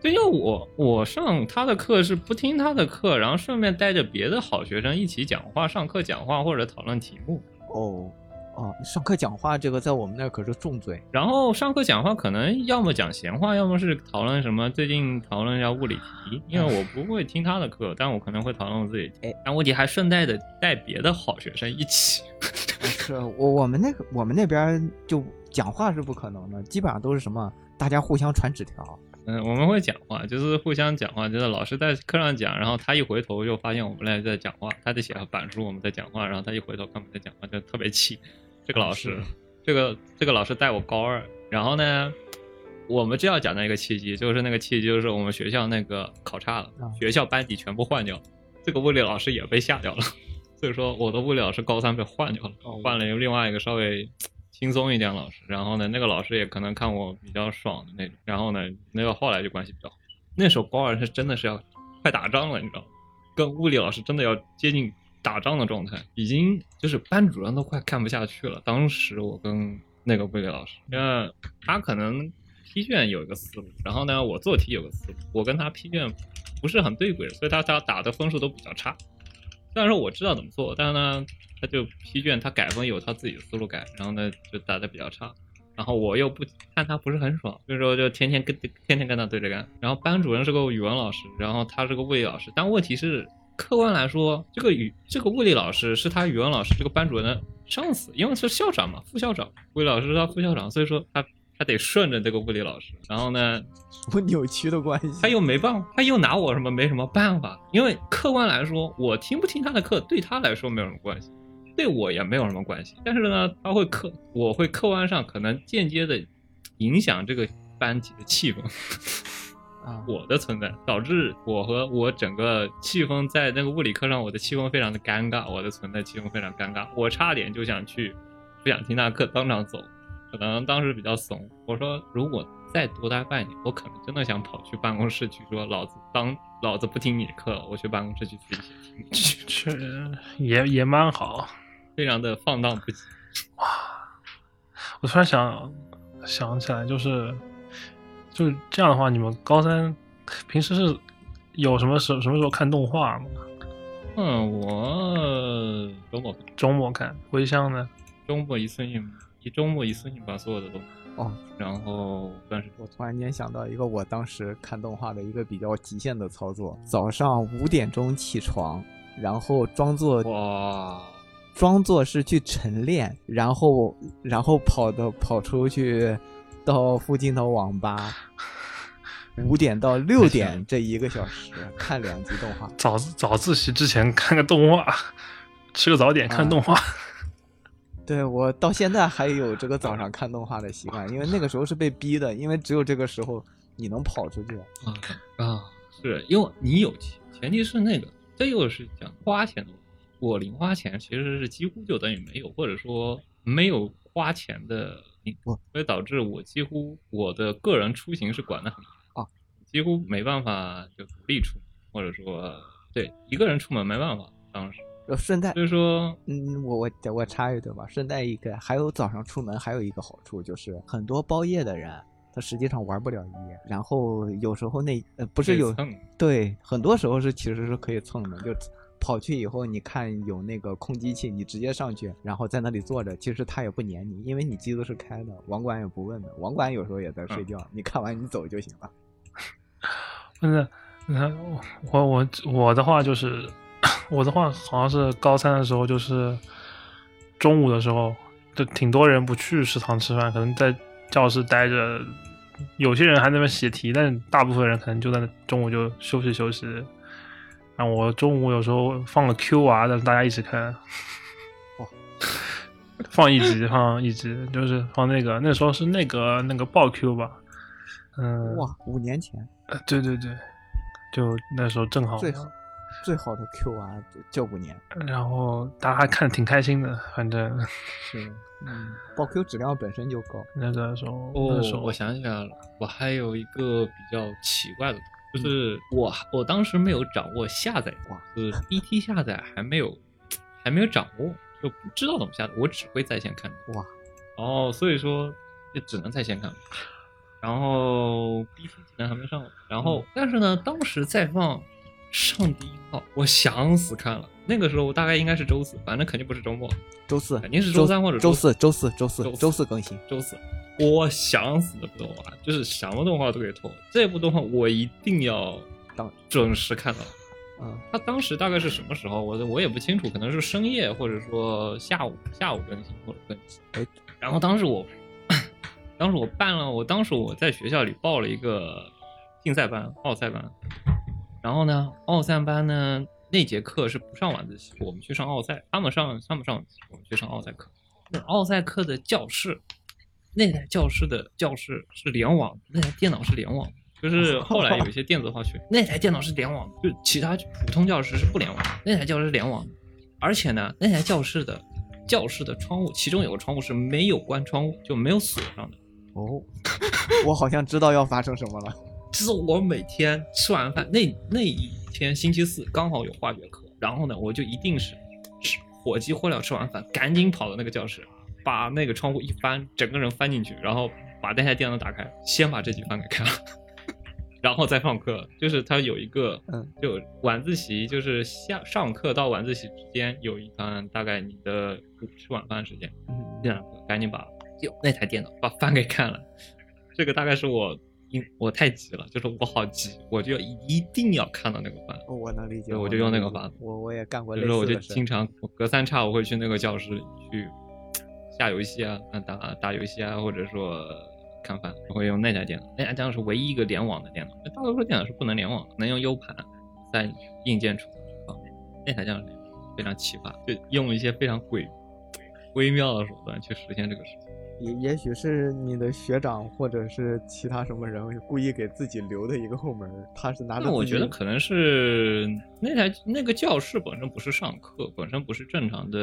F: 对，因为我我上他的课是不听他的课，然后顺便带着别的好学生一起讲话、上课讲话或者讨论题目。
G: 哦，哦，上课讲话这个在我们那儿可是重罪。
F: 然后上课讲话可能要么讲闲话，要么是讨论什么最近讨论一下物理题，因为我不会听他的课，但我可能会讨论我自己的题
G: 哎，
F: 但问题还顺带的带别的好学生一起。
G: 是我我们那个我们那边儿就讲话是不可能的，基本上都是什么大家互相传纸条，
F: 嗯，我们会讲话，就是互相讲话，就是老师在课上讲，然后他一回头就发现我们俩在讲话，他在写板书，我们在讲话，然后他一回头看我们在讲话，就特别气。这个老师，这个这个老师带我高二，然后呢，我们就要讲到一个契机，就是那个契机就是我们学校那个考差了
G: 啊，
F: 学校班级全部换掉了，这个物理老师也被吓掉了，所以说我的物理老师高三被换掉了，换了另外一个稍微轻松一点老师，然后呢，那个老师也可能看我比较爽的那种，然后呢，那个后来就关系比较好。那时候高二是真的是要快打仗了，你知道吗？跟物理老师真的要接近打仗的状态，已经就是班主任都快看不下去了。当时我跟那个物理老师，那他可能批卷有一个思路，然后呢，我做题有个思路，我跟他批卷不是很对轨，所以他他打的分数都比较差。虽然说我知道怎么做，但是呢，他就批卷他改分有他自己的思路改，然后呢就打的比较差。然后我又不看他不是很爽，所以说就天天跟天天跟他对着干。然后班主任是个语文老师，然后他是个物理老师，但问题是，客观来说，这个语这个物理老师是他语文老师这个班主任的上司，因为是校长嘛，副校长，物理老师是他副校长，所以说他他得顺着这个物理老师。然后呢，
G: 我扭曲的关系。
F: 他又没办法，他又拿我什么没什么办法，因为客观来说，我听不听他的课对他来说没有什么关系，对我也没有什么关系。但是呢，他会客，我会客观上可能间接的影响这个班级的气氛，
G: 啊，
F: 我的存在导致我和我整个气氛在那个物理课上，我的气氛非常的尴尬，我的存在气氛非常尴尬，我差点就想去不想听他课，当场走。可能当时比较怂，我说如果再多待半年，我可能真的想跑去办公室去说，老子当老子不听你课，我去办公室去自己写题目，
D: 确也也蛮好。
F: 非常的放荡不羁。
D: 我突然想想起来，就是就是这样的话，你们高三平时是有什么时什么时候看动画吗？
F: 嗯，我周末
D: 周末看，回乡呢？
F: 周末一次性一周末一次性把所有的东西
G: 哦，
F: 然后但是
G: 我突然间想到一个我当时看动画的一个比较极限的操作：早上五点钟起床，然后装作
F: 哇，
G: 装作是去晨练，然后然后跑的跑出去，到附近的网吧，五点到六点这一个小时看两集动画。
D: 早早自习之前看个动画， (laughs) 吃个早点看动画。
G: 对我到现在还有这个早上看动画的习惯，因为那个时候是被逼的，因为只有这个时候你能跑出去。
F: 啊啊！是因为你有钱，前提是那个，这又是讲花钱的问题。我零花钱其实是几乎就等于没有，或者说没有花钱的零，
G: 我
F: 所以导致我几乎我的个人出行是管得很严
G: 哦，
F: 几乎没办法就独立出门，或者说对一个人出门没办法。当时
G: 呃，顺带
F: 所以说
G: 嗯，我我我插一句吧，顺带一个，还有早上出门还有一个好处就是，很多包夜的人他实际上玩不了一夜，然后有时候那呃不
F: 不
G: 是有
F: 蹭
G: 对，很多时候是其实是可以蹭的，就跑去以后你看有那个空机器，你直接上去，然后在那里坐着，其实他也不撵你，因为你机子是开的，网管也不问的，网管有时候也在
F: 嗯
G: 睡觉，你看完你走就行了。
D: 真的，你看我我我的话就是，我的话好像是高三的时候，就是中午的时候，就挺多人不去食堂吃饭，可能在教室待着。有些人还在那边写题，但大部分人可能就在那中午就休息休息。然后我中午有时候放了 Q 啊，让大家一起看。放一集，放一集，就是放那个，那时候是那个那个爆 Q 吧，嗯，
G: 哇，五年前
D: 呃，对对对，就那时候正好，
G: 最好最好的 Q 啊，这这五年
D: 然后大家还看得挺开心的，反正
G: 是，嗯，包 Q 质量本身就高。
D: 那个时候，
F: 哦
D: 那时，候
F: 我想起来了，我还有一个比较奇怪的，就是我我当时没有掌握下载化，就是 BT 下载还没有还没有掌握，就不知道怎么下载，我只会在线看。
G: 哇，
F: 哦，所以说就只能在线看。然后 BT 技能还没上，然后但是呢，当时在放《上帝一号》，我想死看了。那个时候我大概应该是周四，反正肯定不是周末，
G: 周四
F: 肯定是
G: 周
F: 周三或者
G: 周
F: 周
G: 四，周四，周四
F: 周，四
G: 周四更新。
F: 周四。我想死的动画，就是什么动画都给拖。这部动画我一定要
G: 当
F: 准时看到。
G: 嗯
F: 他当时大概是什么时候，我我也不清楚，可能是深夜或者说下午下午更新或者更
G: 哎
F: 新。然后当时我，当时我办了，我当时我在学校里报了一个竞赛班、奥赛班，然后呢，奥赛班呢那节课是不上晚自习，我们去上奥赛，他们上他们上晚自习，我们去上奥赛课。那奥赛课的教室，那台教室的教室是联网，那台电脑是联网，就是后来有一些电子化学，那台电脑是联网，就其他普通教室是不联网，那台教室是联网，而且呢，那台教室的教室的窗户，其中有个窗户是没有关窗户，就没有锁上的。
G: 哦，我好像知道要发生什么了。
F: 就是我每天吃完饭那那一天星期四刚好有化学课，然后呢，我就一定是吃火急火燎吃完饭，赶紧跑到那个教室，把那个窗户一翻，整个人翻进去，然后把那台电脑打开，先把这几番给看了。 (laughs) 然后再放课，就是它有一个，
G: 嗯，
F: 就晚自习，就是下上课到晚自习之间有一段大概你的吃晚饭时间，
G: 嗯
F: 电脑课，赶紧把有那台电脑把翻给看了。这个大概是我因我太急了，就是我好急，我就一定要看到那个饭。
G: 哦我能理解。
F: 对我
G: 能
F: 就用
G: 理
F: 那个
G: 解
F: 法子
G: 我我也干过
F: 所
G: 类
F: 以说，我
G: 似
F: 就
G: 的事
F: 经。常我隔三差五会去那个教室里去下游戏啊，啊打打游戏啊，或者说看饭，我会用那台电脑。那台电脑是唯一一个联网的电脑，大多数电脑是不能联网的，能用 U 盘在硬件储存方面，那台电脑非常奇葩，就用一些非常诡微妙的手段去实现这个事情。
G: 也也许是你的学长或者是其他什么人故意给自己留的一个后门儿，他是拿着
F: 那我
G: 自己
F: 觉得可能是那台那个教室本身不是上课，本身不是正常的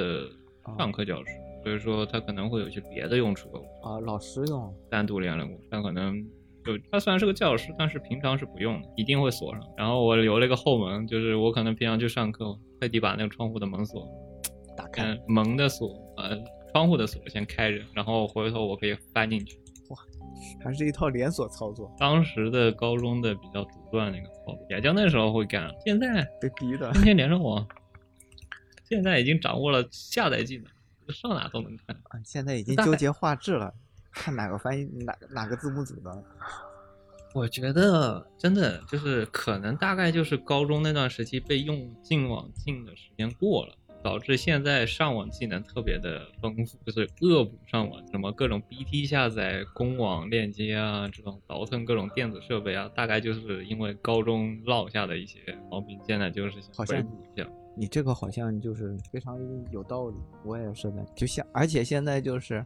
G: 哦
F: 上课教室，所以说它可能会有一些别的用处，
G: 啊老师用
F: 单独连了过，但可能就它虽然是个教室，但是平常是不用的，一定会锁上。然后我留了一个后门，就是我可能平常去上课，特地把那个窗户的门锁，
G: 打开，
F: 嗯，门的锁，呃，窗户的锁先开着，然后回头我可以翻进去。
G: 还是一套连锁操作，
F: 当时的高中的比较独断的一个操作，也就那时候会干，现在。
G: 被逼
F: (laughs)
G: 的。
F: 今天连上网，现在已经掌握了下载技能，上哪都能看。
G: 啊，现在已经
F: 大
G: 纠
F: 概
G: 结画质了，看哪个翻译哪哪个字幕组的。
F: 我觉得真的就是可能大概就是高中那段时期被用进网禁的时间过了。导致现在上网技能特别的丰富，就是恶补上网，什么各种 BT 下载、公网链接啊，这种倒腾各种电子设备啊，大概就是因为高中落下的一些毛病，现在就是想
G: 好像
F: 回补一下。
G: 你这个好像就是非常有道理，我也是的。就像，而且现在就是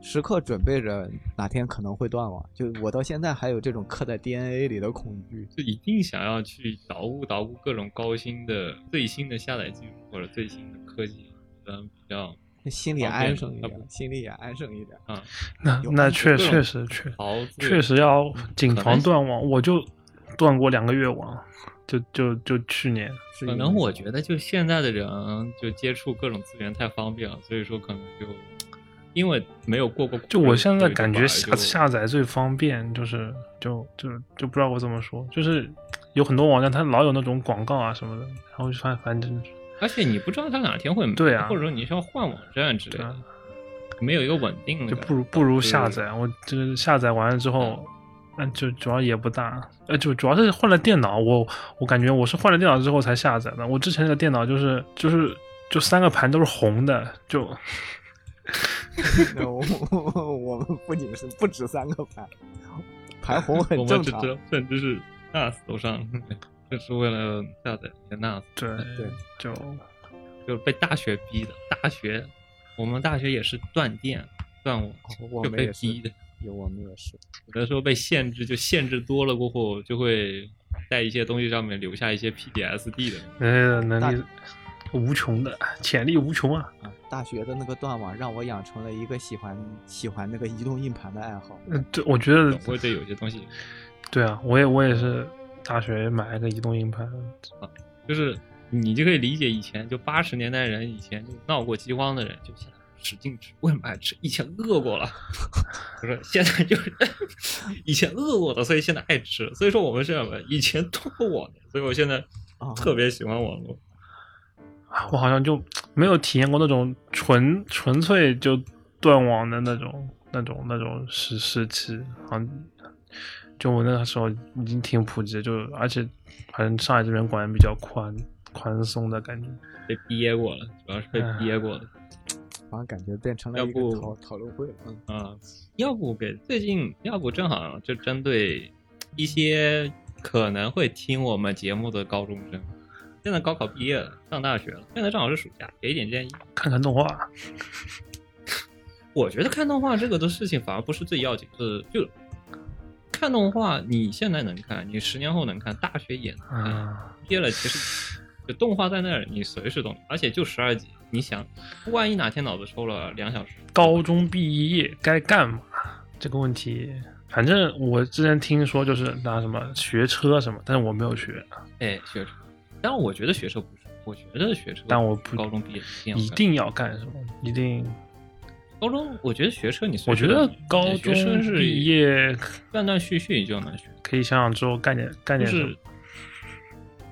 G: 时刻准备着哪天可能会断网，就我到现在还有这种刻在 DNA 里的恐惧。
F: 就一定想要去捣鼓捣鼓各种高新的、最新的下载技术或者最新的科技，嗯，比较
G: 心里
F: 方
G: 安
F: 便
G: 生一
F: 啊
G: 点，心里也安生一点。
F: 啊，
D: 那
G: 有
D: 那
G: 安
D: 确
F: 全
D: 确实确
F: 桃子嗯
D: 确实要谨
F: 哦可
D: 防
F: 能
D: 断网，我就断过两个月网，就就就去年，
G: 是
F: 可
G: 因
F: 能
G: 为
F: 我
G: 什么
F: 觉得就现在的人就接触各种资源太方便了，所以说可能就因为没有过过苦日子，
D: 就我现在
F: 所以就
D: 感觉
F: 反而
D: 下
F: 就
D: 下载最方便，就是就就就不知道我怎么说，就是有很多网站它老有那种广告啊什么的，然后就反反正
F: 而且你不知道他哪天会没
D: 对啊
F: 或者说你需要换网站之类
D: 对
F: 的
D: 啊，
F: 没有一个稳定的，
D: 就不如不如
F: 就是
D: 下载。我这个下载完了之后，嗯，就主要也不大，呃，就主要是换了电脑。我我感觉我是换了电脑之后才下载的。我之前的电脑就是就是就三个盘都是红的，就
G: 那我 (laughs) 我们不仅是不止三个盘，盘红
F: 我
G: 很
F: 们
G: 正
F: 只
G: 常
F: 知。道甚至是 NAS 都上了，这是为了下载一些 NAS。
D: 嗯对
G: 对
D: 就
F: 就是被大学逼的。大学，我们大学也是断电、断网，
G: 哦我
F: 就
G: 们
F: 被
G: 也是
F: 逼的。
G: 有我们也是。
F: 有的时候被限制，就限制多了过后，就会在一些东西上面留下一些 PDSD 的。
D: 人类的能力无穷的，潜力无穷啊！
G: 啊，大学的那个断网让我养成了一个喜欢喜欢那个移动硬盘的爱好。
D: 嗯，对，我觉得
F: 总会对有些东西，
D: 对啊，我也我也是大学买了个移动硬盘，
F: 就是你就可以理解以前就八十年代人以前就闹过饥荒的人，就现在使劲吃，为什么爱吃？以前饿过了，不是现在就是 (laughs) 以前饿过的，所以现在爱吃。所以说我们是什么？以前通过网的，所以我现在
G: 啊
F: 特别喜欢网络。
D: 啊我好像就没有体验过那种纯纯粹就断网的那种那种那种时时期，好像就我那个时候已经挺普及，就而且反正上海这边管比较宽宽松的感觉。
F: 被憋过了，主要是被憋过了。
G: 好像感觉变成了
F: 要
G: 一个
F: 不
G: 讨讨论会。嗯，
F: 啊，要不给最近，要不正好就针对一些可能会听我们节目的高中生，现在高考毕业了，上大学了，现在正好是暑假，给一点建议。
D: 看看动画，
F: 我觉得看动画这个的事情反而不是最要紧，是就看动画，你现在能看，你十年后能看，大学也能看，
D: 啊，
F: 憋了，其实就动画在那儿，你随时动，而且就十二集。你想，万一哪天脑子抽了两小时，
D: 高中毕业该干嘛这个问题，反正我之前听说就是拿什么学车什么，但是我没有学，
F: 哎，学车。但是我觉得学车不是，我觉得学车，
D: 但我不
F: 高中毕业一定要
D: 一
F: 干
D: 定要干什么，一定。
F: 高中，我觉得学车你随
D: 我
F: 时
D: 觉
F: 能
D: 得
F: 学
D: 高
F: 学
D: 中
F: 车是
D: 毕业
F: 断断续续你就能学，
D: 可以想想之后干点干
F: 就
D: 点什
F: 是
D: 么。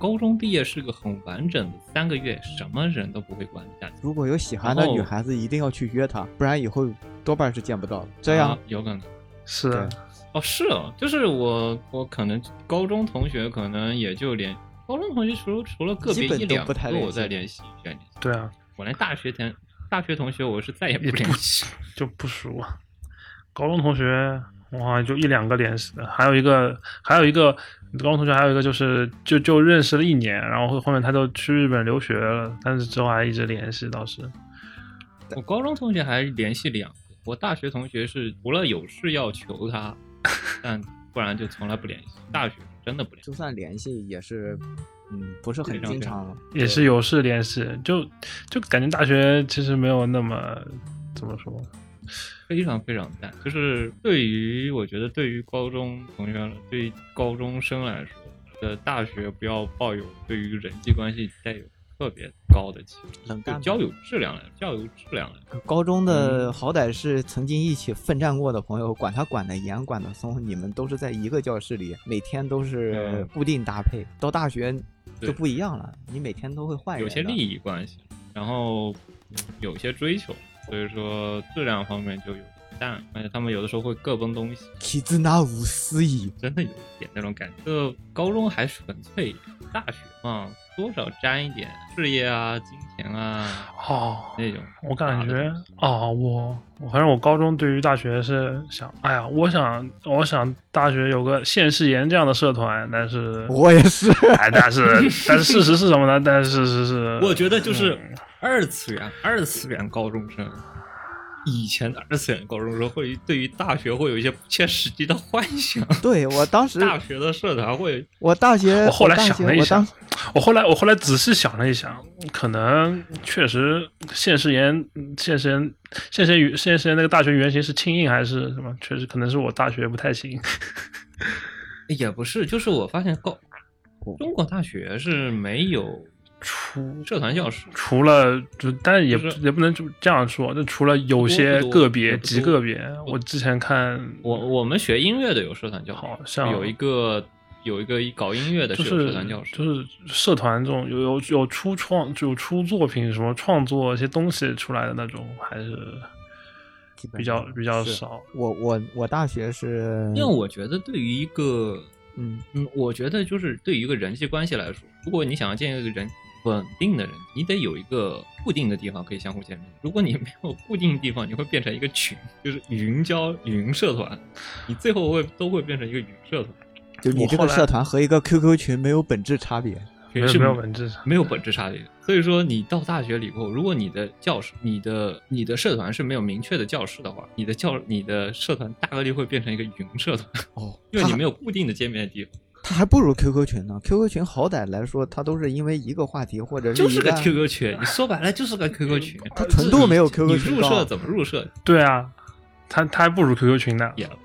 F: 高中毕业是个很完整的三个月，什么人都不会管你下去，
G: 如果有喜欢的
F: 然后
G: 女孩子，一定要去约她，不然以后多半是见不到的。这样
F: 啊、有可能。
D: 是啊
F: 哦，是哦，就是我我可能高中同学可能也就连高中同学除除了个别
G: 基本
F: 一
G: 都
F: 两
G: 不
F: 个
G: 太
F: 我
G: 联系
F: 在联系一下联系，
D: 对啊，
F: 我连大学同大学同学我是再哎也不
D: 也不
F: 联系。
D: (laughs) 就不熟啊。高中同学我好像就一两个联系的，还有一个还有一个高中同学，还有一个就是就就认识了一年，然后后面他就去日本留学了，但是之后还一直联系，倒是
F: 我高中同学还联系两个，我大学同学是除了有事要求他，但不然就从来不联系。大学真的不联系。
G: 就算联系也是，嗯，不是很
F: 非常
G: 经常了。
D: 也是有事联系，就就感觉大学其实没有那么怎么说，
F: 非常非常淡，就是对于我觉得对于高中同学，对于高中生来说，的大学不要抱有对于人际关系带有特别高的期望，
G: 冷
F: 就
G: 淡
F: 交友质量来，交友质量来说，
G: 高中
F: 嗯
G: 的好歹是曾经一起奋战过的朋友，管他管得严，管得松，你们都是在一个教室里，每天都是
F: 嗯
G: 固定搭配。到大学
F: 对
G: 就不一样了，你每天都会换人
F: 有
G: 的。
F: 些利益关系，然后嗯有些追求，所以说质量方面就有点淡，而且他们有的时候会各奔东西，
G: 体之那无私矣。
F: 真的有一点那种感觉。就高中还纯粹一点，大学嘛，多少沾一点事业啊、金钱啊。
D: 哦，
F: 那种
D: 我感
F: 大
D: 觉
F: 的
D: 哦，我我反正我高中对于大学是想，哎呀，我想我想大学有个现世研这样的社团，但是
G: 我也是，
D: 哎，但是但是事实是什么呢？但是事实是，
F: (laughs) 我觉得就是
D: 嗯
F: 二次元，二次元高中生，以前的二次元高中生会对于大学会有一些不切实际的幻想，
G: 对我当时，
F: 大学的社团会
G: 我大学，
D: 我后来
G: 大
D: 想
G: 学
D: 了一
G: 呃我当
D: 想，我后来我后来仔细想了一想，可能确实现实研现实研现实研现实研那个大学原型是庆应还是什么？确实可能是我大学不太行。
F: 也不是，就是我发现高
D: 嗯
F: 中国大学是没有
D: 出
F: 社团教室，
D: 除了就，但是也不、
F: 就是
D: 也不能就这样说，就除了有些
F: 不多
D: 个别
F: 也不多
D: 极个别，
F: 不
D: 我之前看
F: 我我们学音乐的有社团教室，
D: 好像
F: 有一个有一个搞音乐的
D: 就是
F: 有社团教
D: 是
F: 室，
D: 就是社团这种有有有出创有出作品什么创作一些东西出来的那种，还是
G: 基本
D: 比较
G: 上
D: 比较
G: 是
D: 少。
G: 我我我大学是，
F: 因为我觉得对于一个
G: 嗯，
F: 嗯，我觉得就是对于一个人际关系来说，如果你想要见一个人稳定的人，你得有一个固定的地方可以相互见面。如果你没有固定的地方，你会变成一个群，就是云交云社团，你最后会都会变成一个云社团，
G: 就你
D: 我
G: 这
D: 后
G: 个
D: 来
G: 社团和一个 QQ 群没有本质差别。
D: 没
F: 群是
D: 有没有本质上，
F: 没有本质差别。所以说，你到大学以后，如果你的教室、你的你的社团是没有明确的教室的话，你的教你的社团大概率会变成一个云社团，
G: 哦，
F: 因为你
G: 他
F: 没有固定的见面的地
G: (laughs)
F: 方，
G: 它还不如 QQ 群呢。QQ 群好歹来说，它都是因为一个话题或者
F: 就是
G: 一
F: 个 QQ 群，你说白了就是
G: (laughs)
F: 个 QQ 群。
G: 它纯度没有 QQ
F: 你
G: 群
F: 入
G: 高
F: 社
G: 啊
F: 怎么入社？
D: 对啊，他他还不如 QQ 群呢。
F: 也了。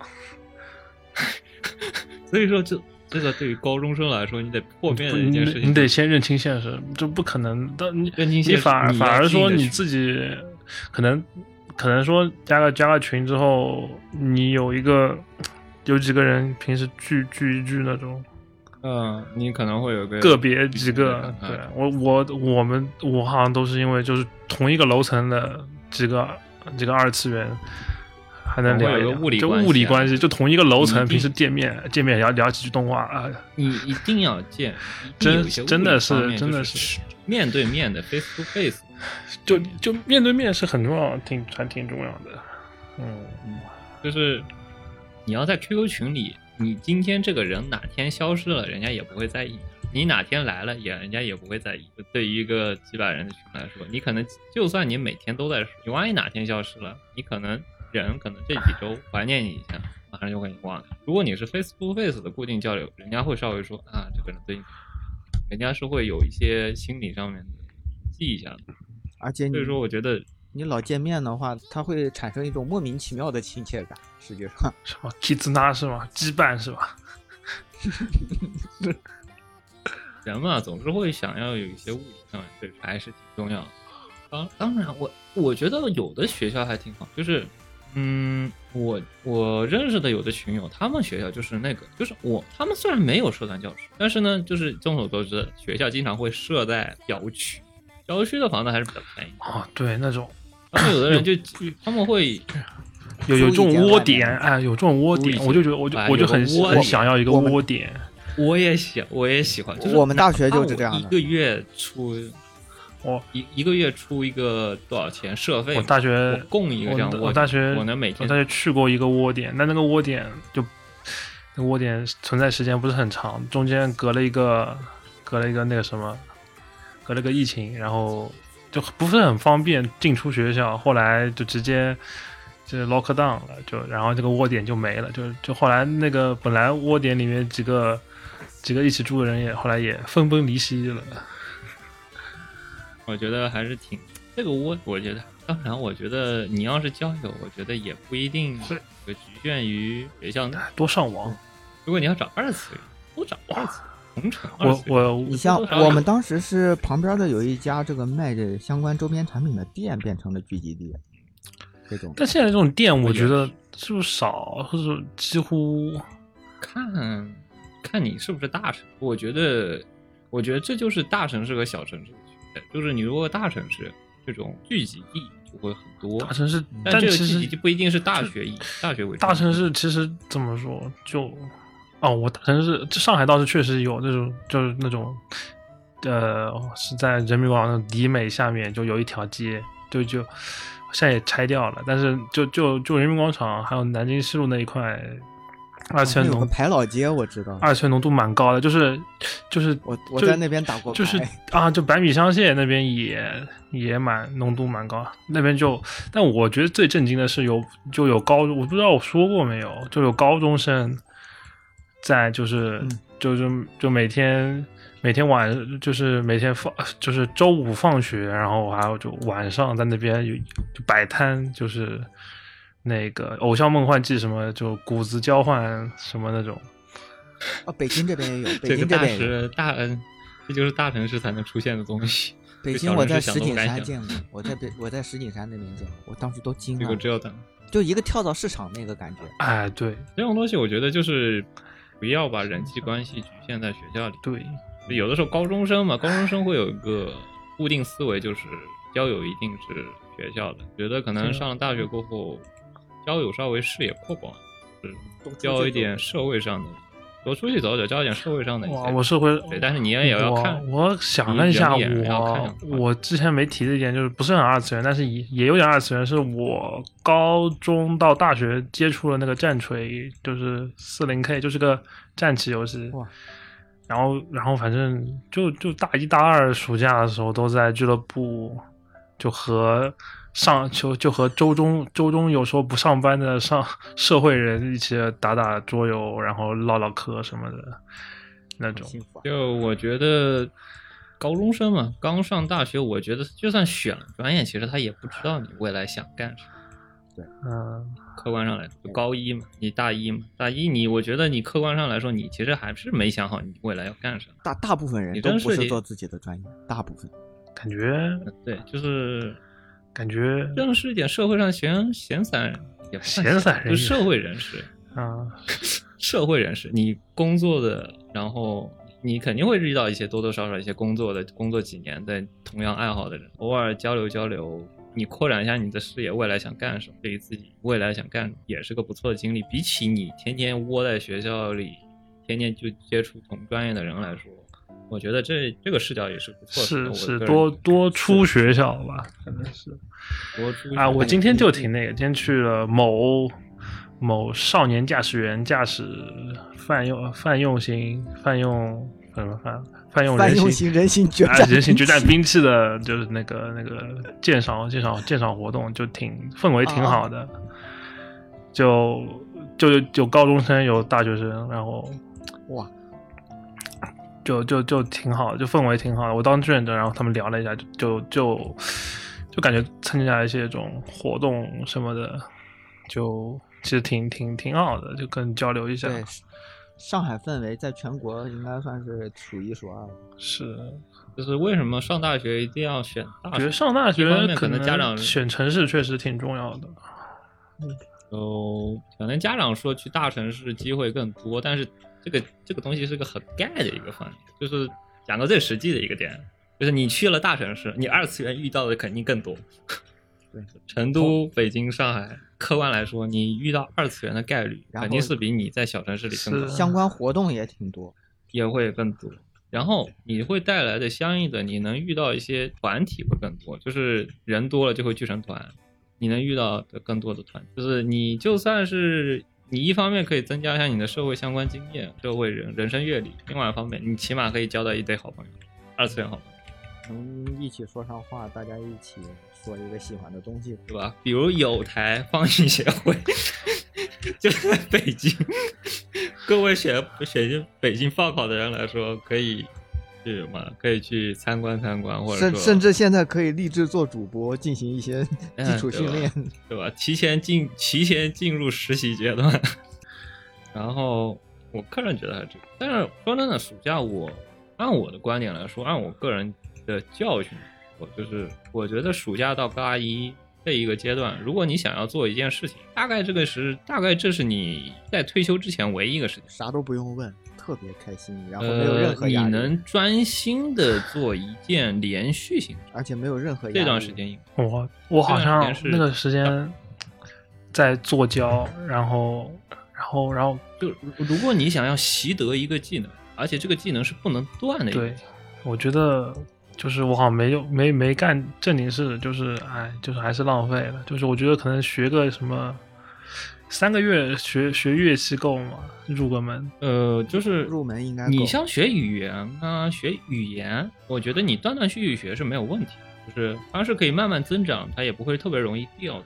F: 所以说这，这个对于高中生来说，你得破灭的一件
D: 你
F: 事情，
D: 你得先认清现实，这不可能。但你
F: 认清现
D: 你
F: 实
D: 反而
F: 你要
D: 反而说
F: 进的
D: 你
F: 群
D: 自己可能可能说加个加个群之后，你有一个有几个人平时聚聚一聚那种，
F: 嗯，你可能会有个
D: 个别几
F: 嗯
D: 个，对我我我们我好像都是因为就是同一个楼层的几个几个二次元，还能聊一
F: 啊会有
D: 聊，
F: 个物理
D: 就
F: 关系啊
D: 物理关系，就同一个楼层，
F: 嗯
D: 平时见面见面聊聊几句动画啊，
F: 你一定要见，一定
D: 真
F: 有一些物理
D: 真的是
F: 方面
D: 真的
F: 就是面对面的 face to face。
D: 就就面对面是很重要，挺还挺重要的。嗯，
F: 就是你要在 QQ 群里，你今天这个人哪天消失了，人家也不会在意；你哪天来了，也人家也不会在意。对于一个几百人的群来说，你可能就算你每天都在说，你万一哪天消失了，你可能人可能这几周怀念你一下，马上就会给你忘了。如果你是 face to face 的固定交流，人家会稍微说啊，这个人最近，人家是会有一些心理上面的记一下的。
G: 而且你
F: 所以说，我觉得
G: 你老见面的话，它会产生一种莫名其妙的亲切感，实际上。
D: 什么 k i z n a 是吗？羁绊是吧？
F: 人嘛，总是会想要有一些物理上面对还是挺重要的。当当然我，我觉得有的学校还挺好，就是，嗯，我我认识的有的群友，他们学校就是那个，就是我他们虽然没有社团教室，但是呢，就是众所周知，学校经常会设在郊区，郊区的房子还是比较便宜。
D: 哦，对，那种
F: 然后有的人就他们会
D: 有有这
G: 租一
D: 种
G: 间
D: 窝
G: 外面
D: 点，哎，有这种窝
F: 租一
D: 点，
F: 间
D: 我就觉得，我就
F: 哎
D: 我就
F: 有个
D: 很
F: 窝
D: 很
F: 点
D: 想要一个
G: 我们
D: 窝点。
F: 我也喜，我也喜欢。就是
G: 我们大学
F: 哪怕
G: 就是这样的
F: 我一个月出，
D: 我
F: 一一个月出一个多少钱社费嘛？
D: 我大学
F: 我供一个这样
D: 我
F: 我
D: 大学
F: 我能每天
D: 我大学去过一个窝点，但那个窝点就那个窝点存在时间不是很长，中间隔了一个隔了一个那个什么，隔了个疫情，然后就不是很方便进出学校，后来就直接。就是 lock down 了，就然后这个窝点就没了，就就后来那个本来窝点里面几个几个一起住的人也后来也分崩离析了，
F: 我觉得还是挺这个我我觉得，当然我觉得你要是交友，我觉得也不一定
D: 是
F: 有局限于学校内。
D: 哎多上网。
F: 如果你要找二次元，多找二次元，同城嗯二
D: 我
F: 次元。
D: 我
G: 你
F: (laughs)
G: 像
F: 多少有
G: 我们当时是旁边的有一家这个卖着相关周边产品的店变成了聚集地，这种
D: 但现在这种店，我觉得是不是少，或者几乎
F: 看看你是不是大城，我觉得，我觉得这就是大城市和小城市的区别，就是你如果大城市这种聚集地就会很多，
D: 大城市，
F: 但嗯这
D: 其
F: 个聚集
D: 实
F: 地不一定是大学以大学为主
D: 大城市其实怎么说，就哦，我大城市这上海倒是确实有那种，就是那种，呃，是在人民广场的迪美下面就有一条街，就就现在也拆掉了，但是就就就人民广场还有南京西路那一块，二次
G: 哦那
D: 元
G: 有个
D: 浓
G: 排老街，我知道，
D: 二次元浓度蛮高的，就是就是
G: 我我
D: 就
G: 在那边打过牌，
D: 就是啊，就百米香榭那边也也蛮浓度蛮高，啊那边就，但我觉得最震惊的是有就有高，我不知道我说过没有，就有高中生在就是、
G: 嗯
D: 就是就每天每天晚就是每天放就是周五放学，然后还有就晚上在那边有就摆摊，就是那个《偶像梦幻祭》什么就谷子交换什么那种，
G: 哦，北京这边也有，
F: (laughs) 这
G: 北
F: 个
G: 京这
F: 大
G: 边也有，
F: 是大嗯，这就是大城市才能出现的东西。
G: 北
F: 这
G: 京
F: 小
G: 我
F: 城
G: 在
F: 市
G: 石
F: 想都
G: 景
F: 不敢
G: 山
F: 想
G: 见过，我在北我在石景山那边见过，我当时都惊
F: 这
G: 了
D: 啊
F: 个，只有等
G: 就一个跳蚤市场那个感觉，
D: 哎，对
F: 这种东西，我觉得就是不要把人际关系局限在学校里。
D: 对，
F: 有的时候高中生嘛，高中生会有一个固定思维，就是交友一定是学校的。觉得可能上了大学过后，交友稍微视野扩广，就是
G: 多出去
F: 交一
G: 走
F: 点社会上的，多出去走走，交一点社会上的一些。
D: 哇，我是会
F: 对，但是你也要看。
D: 我我想了一下，
F: 你人也要看
D: 我
F: 呀
D: 我之前没提的一点就是不是很二次元，但是也也有点二次元，是我高中到大学接触了那个战锤，就是四零 K，就是个战棋游戏
G: 哇。
D: 然后，然后反正就就大一大二暑假的时候都在俱乐部，就和上就就和周中周中有时候不上班的上社会人一起打打桌游，然后唠唠嗑什么的那种。
G: 幸福啊，
F: 就我觉得高中生嘛，刚上大学，我觉得就算选了专业，其实他也不知道你未来想干什么。
D: 嗯，
F: 客观上来说，就高一嘛，你大一嘛，大一你，我觉得你客观上来说，你其实还是没想好你未来要干什么。
G: 大大部分人
F: 你
G: 都
F: 真
G: 不
F: 是
G: 是
F: 得
G: 做自己的专业，大部分
D: 感觉
F: 对，就是
D: 感觉
F: 认识一点社会上闲闲散人，也不算
D: 闲散人
F: 就社会人士，
D: 啊，
F: 社会人士，你工作的，然后你肯定会遇到一些多多少少一些工作的，工作几年的同样爱好的人，偶尔交流交流，你扩展一下你的视野，未来想干什么，对于自己未来想干什么也是个不错的经历。比起你天天窝在学校里，天天就接触同专业的人来说。我觉得这这个视角也是不错的，我
D: 是
F: 个
D: 是
F: 人
D: 多
F: 觉得
D: 多
F: 是
D: 出学校吧，可能是
F: 多出
D: 啊，我今
F: 天。
D: 天就挺那个，今天去了某某少年驾驶员驾驶泛用泛用型泛用什么泛泛用
G: 泛
D: 人
G: 用
D: (laughs)
G: 型人形
F: (laughs)
G: 决
D: 啊
G: 战
D: 人形决
G: 兵
D: 战
G: 器
D: 兵器的，就是那个那个鉴赏鉴赏鉴赏活动，就挺氛围
G: 哦
D: 挺好的，就就有有高中生有大学生，然后
G: 哇，
D: 就就就挺好，就氛围挺好的。我当志愿者，然后他们聊了一下，就就就就感觉参加一些这种活动什么的，就其实挺挺挺好的，就跟交流一下。
G: 对，上海氛围在全国应该算是数一数二了。
D: 是，
F: 就是为什么上大学一定要选大
D: 觉
F: 学
D: 得？上大
F: 啊一方
D: 学
F: 面可能家长
D: 选城市确实挺重要的。
F: 就可能家长说去大城市机会更多，但是这个这个东西是个很概的一个范例，就是讲到最实际的一个点，就是你去了大城市，你二次元遇到的肯定更多。
G: (laughs) 对，
F: 成都、北京、上海，客观来说，你遇到二次元的概率
G: 然后
F: 肯定是比你在小城市里更高
D: 是。
G: 相关活动也挺多，
F: 也会更多。然后你会带来的相应的，你能遇到一些团体会更多，就是人多了就会聚成团，你能遇到的更多的团，就是你就算是你一方面可以增加一下你的社会相关经验、社会人人生阅历，另外一方面你起码可以交到一堆好朋友，二次元好朋友，
G: 能一起说上话，大家一起说一个喜欢的东西。
F: 对吧？比如有台放映协会就在北京，各位选选进北京报考的人来说，可以去嘛，可以去参观参观，或者
G: 甚
F: 说
G: 甚至现在可以立志做主播，进行一些
F: (laughs) 嗯
G: 基础训练。
F: 对吧？提前进提前进入实习阶段， (laughs) 然后我个人觉得还是这个。但是说真的，暑假我按我的观点来说，按我个人的教训，我就是我觉得暑假到高一这一个阶段，如果你想要做一件事情，大概这个是大概这是你在退休之前唯一一个事情。
G: 啥都不用问，特别开心，然后没有
F: 呃
G: 任，何
F: 你
G: 压力，
F: 能专心的做一件连续性，
G: 而且没有任何压力。
F: 这段时间
D: 我我好
F: 这段
D: 像
F: 时间是
D: 那个时间在做交，然后然后然后
F: 就如果你想要习得一个技能，而且这个技能是不能断的一个技
D: 对
F: 能，，
D: 我觉得就是我好像没有没没干正经事，就是哎，就是还是浪费了。就是我觉得可能学个什么三个月学学乐器够吗？入个门，
F: 呃，就是
G: 入门应该够
F: 你像学语言啊，学语言，我觉得你断断续续学是没有问题，就是它是可以慢慢增长，它也不会特别容易掉的。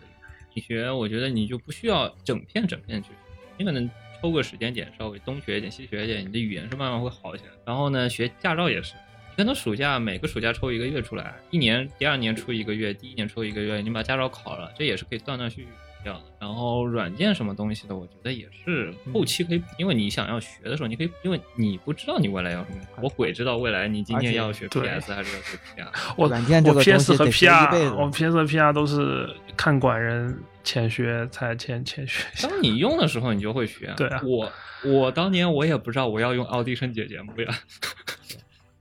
F: 你学，我觉得你就不需要整片整片去学，你可能抽个时间点，稍微东学一点，西学一点，你的语言是慢慢会好起来。然后呢，学驾照也是，你可能暑假每个暑假抽一个月出来，一年第二年出一个月，第一年抽一个月，你把驾照考了，这也是可以断断续续掉的。然后软件什么东西的，我觉得也是
D: 嗯
F: 后期可以，因为你想要学的时候，你可以，因为你不知道你未来要什么，我鬼知道未来你今天要学
D: 而且对
F: PS 还是要学 PR，
D: 我
G: 软件这
D: 我
G: 个
D: PS 和
G: 东西得学一辈
D: PR，
G: 子
D: 我 PS 和 PR 都是看管人浅学才浅浅学一下。
F: 当你用的时候，你就会学啊。
D: 对啊
F: 我我当年我也不知道我要用奥迪声解决不呀。 (laughs)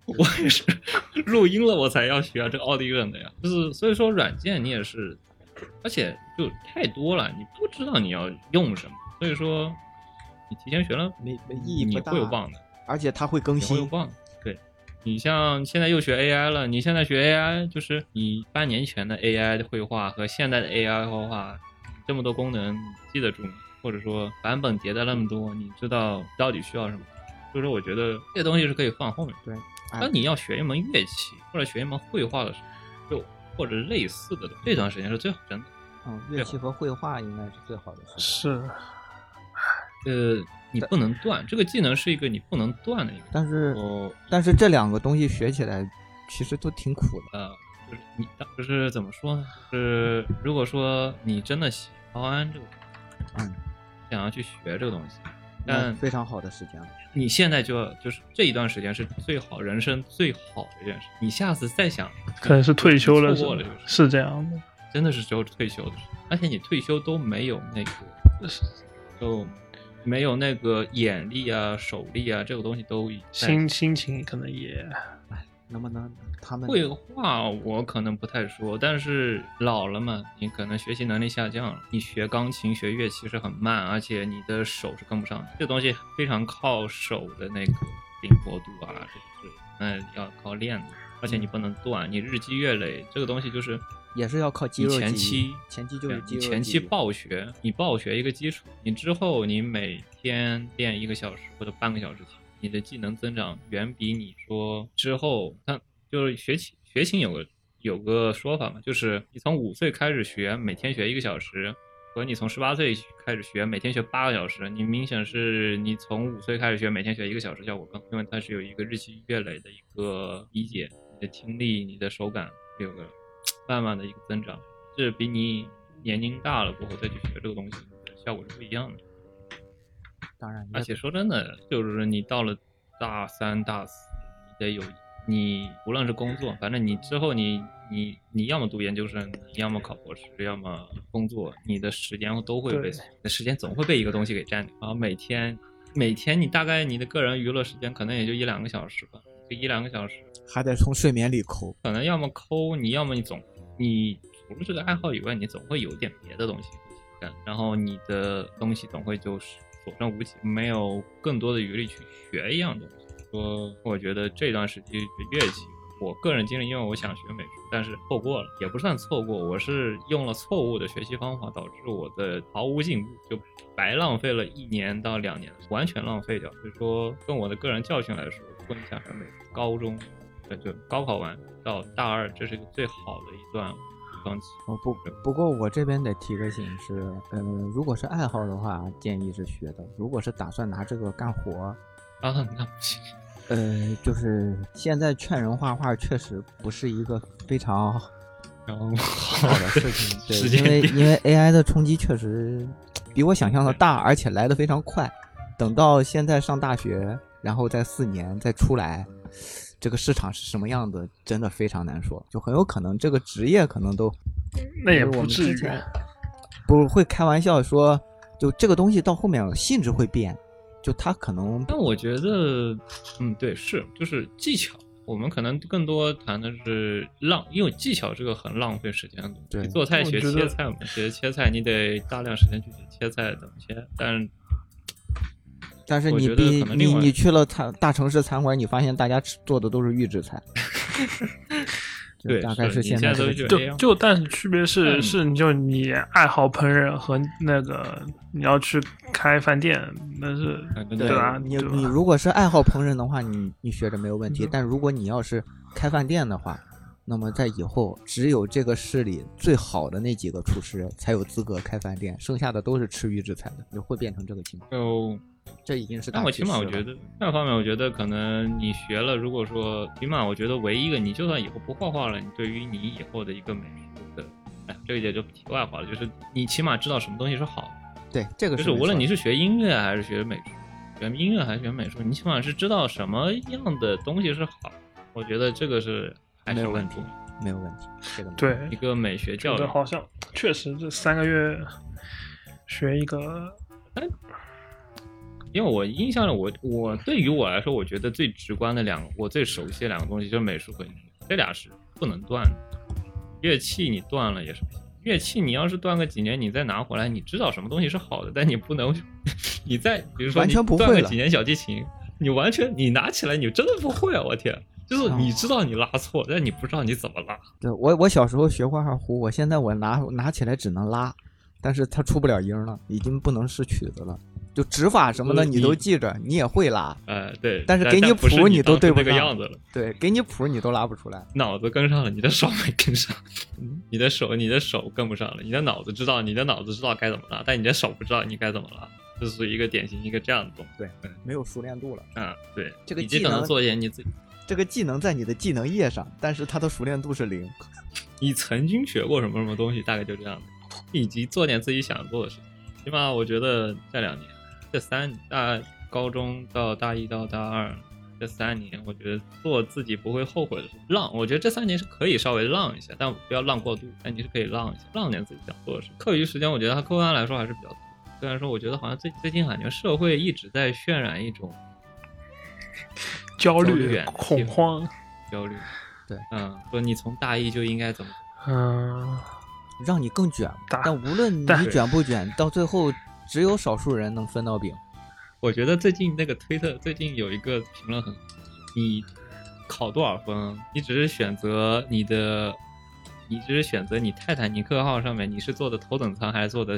F: 我也是录音了，我才要学啊这个奥迪人的呀。就是所以说，软件你也是，而且就太多了，你不知道你要用什么，所以说你提前学了，
G: 没没意义不
F: 你
G: 大
F: 会有忘的，
G: 而且它会更
F: 你会有
G: 新，
F: 忘的。对你像现在又学 AI 了，你现在学 AI 就是你半年前的 AI 绘画和现在的 AI 绘画这么多功能，你记得住吗？或者说版本迭代那么多，你知道到底需要什么？所以说，我觉得这东西是可以放后面。
G: 哎
F: 当你要学一门乐器或者学一门绘画的时候，就或者类似的东西这段时间是最好真的。
G: 嗯，乐器和绘画应该是最好的事情。
D: 是，
F: 呃，你不能断，这个技能是一个你不能断的一个。
G: 但是
F: 我
G: 但是这两个东西学起来其实都挺苦的。
F: 呃，就是你就是怎么说呢？就是如果说你真的喜欢这个，
G: 嗯，
F: 想要去学这个东西，
G: 那
F: 但
G: 非常好的时间了，
F: 你现在就要就是这一段时间是最好人生最好的一件事。你下次再想，
D: 可能是退休了，
F: 错
D: 是
F: 过了这个事
D: 是这样的。
F: 真的是只有退休的时候，而且你退休都没有那个，就没有那个眼力啊、手力啊这个东西都在
D: 心心情可能也
G: 能不能他们
F: 绘画我可能不太说，但是老了嘛，你可能学习能力下降了。你学钢琴、学乐器是很慢，而且你的手是跟不上的。这东西非常靠手的那个灵活度啊，这是嗯要靠练的，而且你不能断，你日积月累，这个东西就是
G: 嗯也是要靠肌
F: 你
G: 肉
F: 前
G: 记忆
F: 期
G: 前期就是
F: 对
G: 肌
F: 你
G: 肉
F: 前
G: 记
F: 期
G: 忆
F: 暴学，你暴学一个基础，你之后你每天练一个小时或者半个小时琴，你的技能增长远比你说之后，它就是学琴学琴有个有个说法嘛，就是你从五岁开始学，每天学一个小时。和你从十八岁开始学，每天学八个小时，你明显是你从五岁开始学，每天学一个小时效果更，因为它是有一个日积月累的一个理解，你的听力、你的手感有个慢慢的一个增长。是比你年龄大了过后再去学这个东西，效果是不一样的。
G: 当然，
F: 而且说真的，就是你到了大三、大四，你得有你无论是工作，反正你之后你你你要么读研究生，你要么考博士，要么工作，你的时间都会被
D: 对
F: 你的时间总会被一个东西给占掉。然后每天每天你大概你的个人娱乐时间可能也就一两个小时吧，就一两个小时，
G: 还得从睡眠里抠。
F: 可能要么抠你，要么你总你除了这个爱好以外，你总会有点别的东西干，然后你的东西总会就是所剩无几，没有更多的余力去学一样东西。说我觉得这段时期学乐器，我个人经历，因为我想学美术，但是错过了，也不算错过，我是用了错误的学习方法，导致我的毫无进步，就白浪费了一年到两年，完全浪费掉。所以说，跟我的个人教训来说，如果你想学美术，高中对，就高考完到大二，这是一个最好的一段钢琴。
G: 哦不，不过我这边得提个醒是，嗯、如果是爱好的话，建议是学的；如果是打算拿这个干活，
F: 啊，那不行，
G: 呃，就是现在劝人画画确实不是一个非常好
F: 然 (laughs) 后
G: 嗯的事 (laughs) 情，对，
F: 时间
G: 因为
F: 点
G: 因为 AI 的冲击确实比我想象的大，而且来的非常快。等到现在上大学，然后再四年再出来，这个市场是什么样子，真的非常难说，就很有可能这个职业可能都
D: 那
G: 就
D: 也
G: 是我
D: 不
G: 们
D: 至
G: 之
D: 于。
G: 前不会开玩笑说，就这个东西到后面性质会变，就它可能
F: 但我觉得，嗯，对，是就是技巧。我们可能更多谈的是浪，因为技巧这个很浪费时间的东西。
G: 对
F: 你做菜
D: 我
F: 学
D: 觉
F: 切
D: 得
F: 菜嘛，学切菜你得大量时间去学切菜怎么切，但
G: 但是
F: 我
G: 你
F: 觉得
G: 毕
F: 可能另
G: 你
F: 外
G: 你去了餐大城市餐馆，你发现大家吃做的都是预制
F: (laughs)
G: 菜，就
F: 对
G: 大概
F: 是
G: 是
F: 你
G: 现
F: 现在
G: 这
F: 都
G: 个
F: 觉
G: 情
F: 得
G: 况
F: 这
D: 就
F: 样
D: 就但是区别是
F: 嗯
D: 是就你爱好烹饪和那个你要去开饭店，那是
F: 感觉
D: 对吧？
G: 你
D: 对啊吧
G: 你如果是爱好烹饪的话，你你学着没有问
F: 嗯
G: 题，但如果你要是开饭店的话。那么在以后，只有这个市里最好的那几个厨师才有资格开饭店，剩下的都是吃预制菜的，就会变成这个情况。
F: 就
G: 这已经是大
F: 但我
G: 趋
F: 起
G: 势
F: 码我
G: 了
F: 觉得，那方面我觉得可能你学了，如果说起码我觉得唯一一个，你就算以后不画画了，你对于你以后的一个美术的，哎，这一点就题外话了，就是你起码知道什么东西是好的。
G: 对这个
F: 就是是
G: 没
F: 无
G: 错
F: 论你
G: 的
F: 是学音乐还是学美术，学音乐还是学美术，你起码是知道什么样的东西是好。我觉得这个是还
G: 没
F: 是
G: 有问
F: 很
G: 题
F: 重要
G: 没有问题，这个没有
D: 对
G: 问题，
F: 一个美学教
D: 觉
F: 育
D: 得。好像确实这三个月学一个，
F: 因为我印象里，我我对于我来说，我觉得最直观的两个，我最熟悉的两个东西就是美术和音乐，这俩是不能断的。乐器你断了也是不行，乐器你要是断个几年，你再拿回来，你知道什么东西是好的，但你不能， (laughs) 你再比如说
G: 完
F: 你
G: 全不会
F: 断个
G: 了
F: 几年小提琴，你完全你拿起来你真的不会啊！我天，
G: (laughs)
F: 就是你知道你拉错，但你不知道你怎么拉。
G: 对我我小时候学画画壶，我现在我拿拿起来只能拉，但是它出不了音儿了，已经不能是曲子了。就指法什么的
F: 呃
G: 你都
F: 你
G: 记着，你也会拉，
F: 呃，对，
G: 但是给你
F: 你
G: 谱你都对不
F: 那个
G: 上
F: 样子了。
G: 对，给你谱你都拉不出来。
F: 脑子跟上了，你的手没跟上
G: 嗯，
F: 你的手你的手跟不上了，你的脑子知道，你的脑子知道该怎么拉，但你的手不知道你该怎么拉，这是一个典型一个这样的东西。
G: 对，没有熟练度了。
F: 嗯，对，
G: 这个
F: 你这
G: 技
F: 可能
G: 能
F: 做一件你自己，
G: 这个技能在你的技能页上，但是它的熟练度是零。
F: 你曾经学过什么什么东西，大概就这样的，以及做点自己想做的事情。起码我觉得这两年，这三大高中到大一到大二。这三年，我觉得做自己不会后悔的事浪，我觉得这三年是可以稍微浪一下，但不要浪过度。但你是可以浪一下，浪点自己想做的事。课余时间，我觉得它客观来说还是比较多。虽然说我觉得好像最最近感觉社会一直在渲染一种
D: 焦
F: 焦虑
D: 虑
F: 远、
D: 恐慌，
F: 焦虑，
G: 对，
F: 嗯，说你从大一就应该怎么，
D: 嗯，
G: 让你更卷。
D: 大
G: 但无论你
D: 大
G: 卷不卷，到最后只有少数人能分到饼。
F: 我觉得最近那个推特最近有一个评论很，你考多少分？你只是选择你的，你只是选择你泰坦尼克号上面你是坐的头等舱还是坐的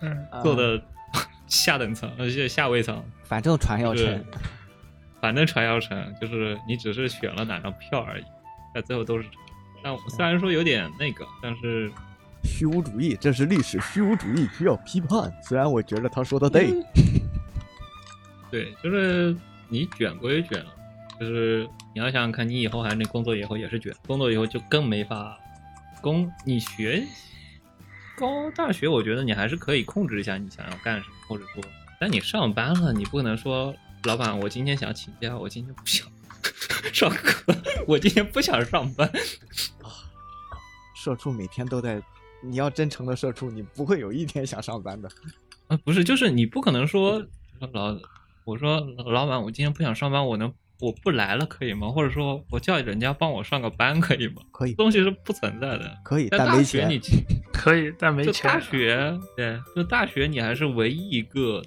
G: 呃
F: 坐的 (laughs) 下等舱，而且下位舱？
G: 反正船要
F: 就是
G: 沉，
F: 反正船要沉，就是你只是选了哪张票而已，但最后都是沉。但我虽然说有点那个，但是
B: 虚无主义，这是历史，虚无主义需要批判。虽然我觉得他说的对，
F: 对，就是你卷归卷，就是你要想想看，你以后还是那工作以后也是卷，工作以后就更没法工。你学高大学，我觉得你还是可以控制一下你想要干什么，或者说，但你上班了，你不能说老板，我今天想请假，我今天不想 (laughs) 上课，我今天不想上班。 (laughs)
B: 社畜每天都在。你要真成了社畜，你不会有一天想上班的。
F: 啊，不是，就是你不可能说老，我说老板，我今天不想上班，我能我不来了可以吗？或者说我叫人家帮我上个班可以吗？
B: 可以
F: 东西是不存在的。
B: 可以，
F: 在
B: 但
F: 大
B: 没
F: 学
B: 钱啊
F: 你。
D: 可以，但没
F: 就
D: 钱。
F: 大学，对，就大学你还是唯一一个，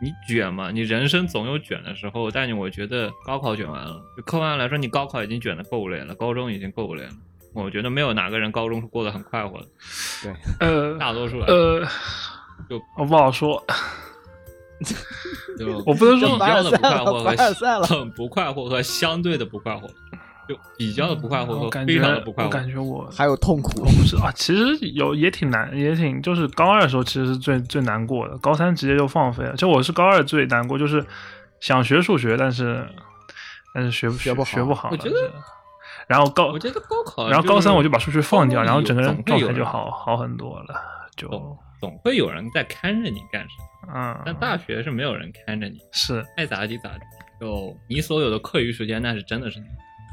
F: 你卷嘛，你人生总有卷的时候。但你我觉得高考卷完了，就客观来说，你高考已经卷得够累了，高中已经够累了。我觉得没有哪个人高中是过得很快活的，
D: 呃
F: 大多数人
D: 呃， (laughs)
F: 就
D: 我不好说，
F: 就
D: 我不能
F: 比
D: 说
F: 较的不快活和
G: 凡尔赛了
F: 很不快活和相对的不快活，就比较的不快活
D: 嗯我
F: 和
D: 感
F: 非
D: 觉
F: 常的不快
D: 我
F: 活
D: 感。觉我
B: 还有痛苦
D: 我，不是啊，其实有也挺难，也挺就是高二的时候其实是最最难过的，高三直接就放飞了。就我是高二最难过，就是想学数学，但是但是学不
B: 学不好
D: 学不好了。
F: 我觉得
D: 是，然后高
F: 我觉得高考，
D: 然后高三我就把数学放掉，然后整个人状态就
F: 人
D: 好好很多了，就
F: 懂总会有人在看着你干什么。哦
B: 啊
F: 但
D: 嗯
F: 大学是没有人看着你，
D: 是
F: 爱咋地咋地，就你所有的课余时间那是真的是你。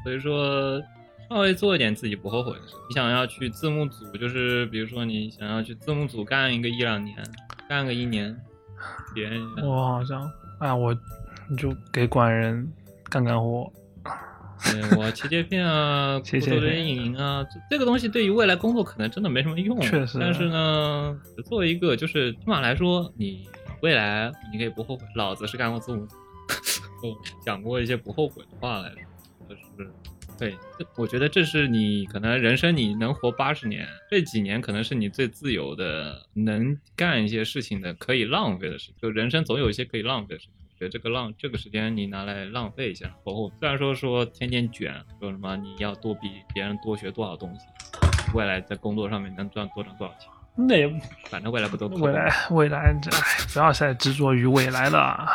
F: 所以说，稍微做一点自己不后悔的事。你想要去字幕组，就是比如说你想要去字幕组干一个一两年，干个一年，别人
D: 我好像啊我就给管人干干活，
F: 对我骑切片啊，
D: 骑 (laughs) 切
F: 做这些
D: 片
F: 影音啊，这这个东西对于未来工作可能真的没什么用。
D: 确实
F: 但是呢，作为一个就是起码来说，你未来你可以不后悔。老子是干过字幕， (laughs) 我讲过一些不后悔的话来说，就是对，这我觉得这是你可能人生你能活八十年，这几年可能是你最自由的，能干一些事情的，可以浪费的事情。就人生总有一些可以浪费的事情。觉得这个浪这个时间你拿来浪费一下，然后虽然说说天天卷，说什么你要多比别人多学多少东西，未来在工作上面能赚多挣多少钱，
D: 那也
F: 反正未来不都
D: 未来未来这哎不要再执着于未来了。啊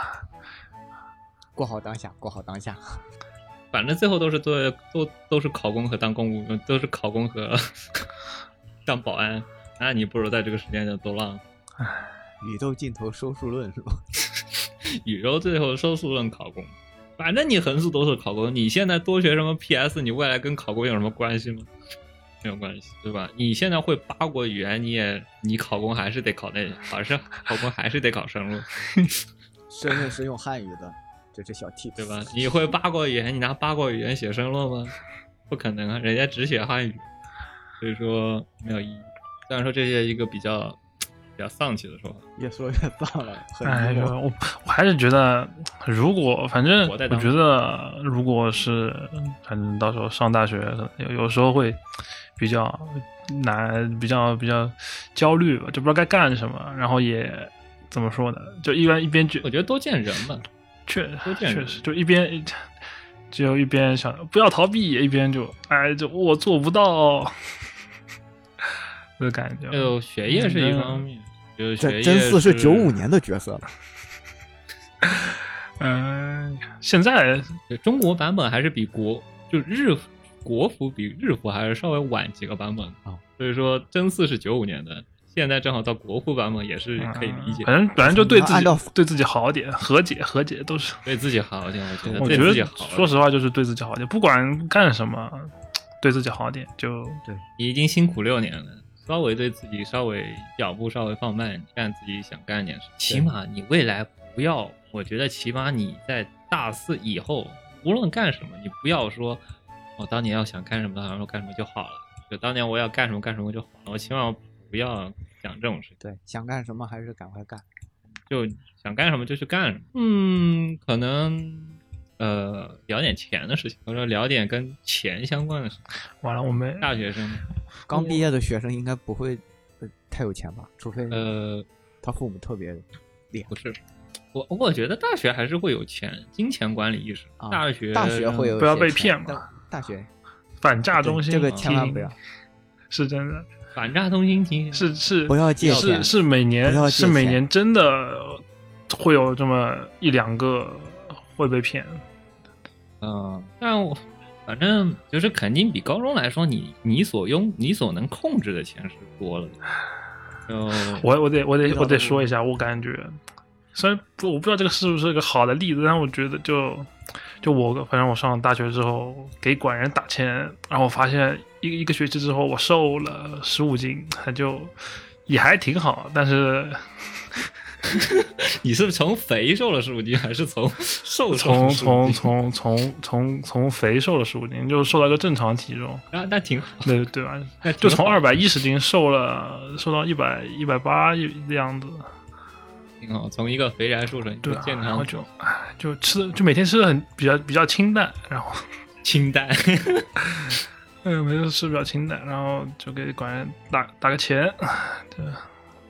G: 过好当下，过好当下。
F: 反正最后都是做都都是考公和当公务， (laughs) 都是考公和当保安，那你不如在这个时间就都浪。
G: 宇宙尽头收束论是吧？
F: 宇宙最后收束论考公，反正你横竖都是考公，你现在多学什么 PS，你未来跟考公有什么关系吗？没有关系，对吧？你现在会八国语言，你也你考公还是得考那，还是考公还是得考生物，
B: 生论是用汉语的，这是小 tips，
F: 对吧？你会八国语言，你拿八国语言写申论吗？ (laughs) 不可能啊，人家只写汉语，所以说没有意义。虽然说这些一个比较比较丧气的说法，
B: 越说越丧了，很
D: 哎
B: 幽
D: 呦，
B: 默
D: 我我还是觉得，如果反正
F: 活在
D: 我
F: 当下
D: 觉得，如果是反正到时候上大学，可能有有时候会比较难，比较比较焦虑吧，就不知道该干什么，然后也怎么说呢，就一边一边觉
F: 我觉得多见人嘛，
D: 确
F: 多见
D: 确
F: 人
D: 实就一边只有一边想不要逃避，一边就哎就我做不到 (laughs) 的感觉。
F: 就学业是一方面，就是学
B: 这
F: 业
B: 真四是九五年的角色了，
D: 嗯、现在
F: 对中国版本还是比国就日服国服比日服还是稍微晚几个版本
B: 哦
F: 所以说真四是九五年的，现在正好到国服版本也是可以理解，
D: 嗯反正反正就对自
B: 按
D: 己
B: 照
D: 对自己好点，和解和解都是。
F: 对自己好一点，我觉得
D: 我
F: 对
D: 觉
F: 自己
D: 得
F: 好。
D: 说实话，就是对自己好点，不管干什么，对自己好点就
F: 你已经辛苦六年了，稍微对自己稍微脚步稍微放慢，干自己想干一点事。起码你未来不要，我觉得起码你在大四以后，无论干什么，你不要说我当年要想干什么，然后干什么就好了。就当年我要干什么干什么就好了，我起码不要想这种事情，
G: 对，想干什么还是赶快干。
F: 哎就想干什么就去干什么。嗯，可能。呃，聊点钱的事情，或者聊点跟钱相关的事情。
D: 完了，我们
F: 大学生，
G: 刚毕业的学生应该不会、呃太有钱吧？除非
F: 呃，
G: 他父母特别厉害
F: 不是，我我觉得大学还是会有钱，金钱管理意识。
G: 啊。
F: 大学嗯
G: 大学会有一
D: 不要
G: 些
D: 被
G: 钱
D: 骗嘛
G: 但大学
D: 反诈中心
G: 这个
D: 提
G: 千万
D: 醒
G: 不要，
D: 是真的，
F: 反诈中心听
D: 是是
G: 不要借钱
D: 是是每
G: 不要
D: 年
G: 借
D: 是每
G: 钱
D: 年真的会有这么一两个会被骗，
F: 嗯，但我反正就是肯定比高中来说，你你所用你所能控制的钱是多了的。就
D: (laughs) 我我得我
G: 遇
D: 得
G: 到
D: 我
G: 的
D: 得
G: 不
D: 说一下，我感觉虽然不我不知道这个是不是一个好的例子，但我觉得就就我反正我上了大学之后给管人打钱，然后我发现一一个学期之后我瘦了十五斤， (laughs) 还就也还挺好，但是
F: 你是从肥瘦了十五斤，还是
D: (laughs)
F: 从瘦瘦
D: 从
F: 了15斤？
D: 从从从从从肥瘦了十五斤，就瘦到一个正常体重，
F: 啊，那挺好，
D: 对对吧？
F: 那
D: 就
F: 挺
D: 从
F: 好
D: 二百一十斤瘦了瘦到一百一百八的样子。
F: 挺好，从一个肥宅瘦成一
D: 对
F: 个
D: 啊，
F: 健
D: 然后
F: 康
D: 就唉，就吃的就每天吃的很比较比较清淡，然后
F: 清淡。
D: 嗯，每天吃比较清淡，然后就给管人打打个钱， (laughs) 对。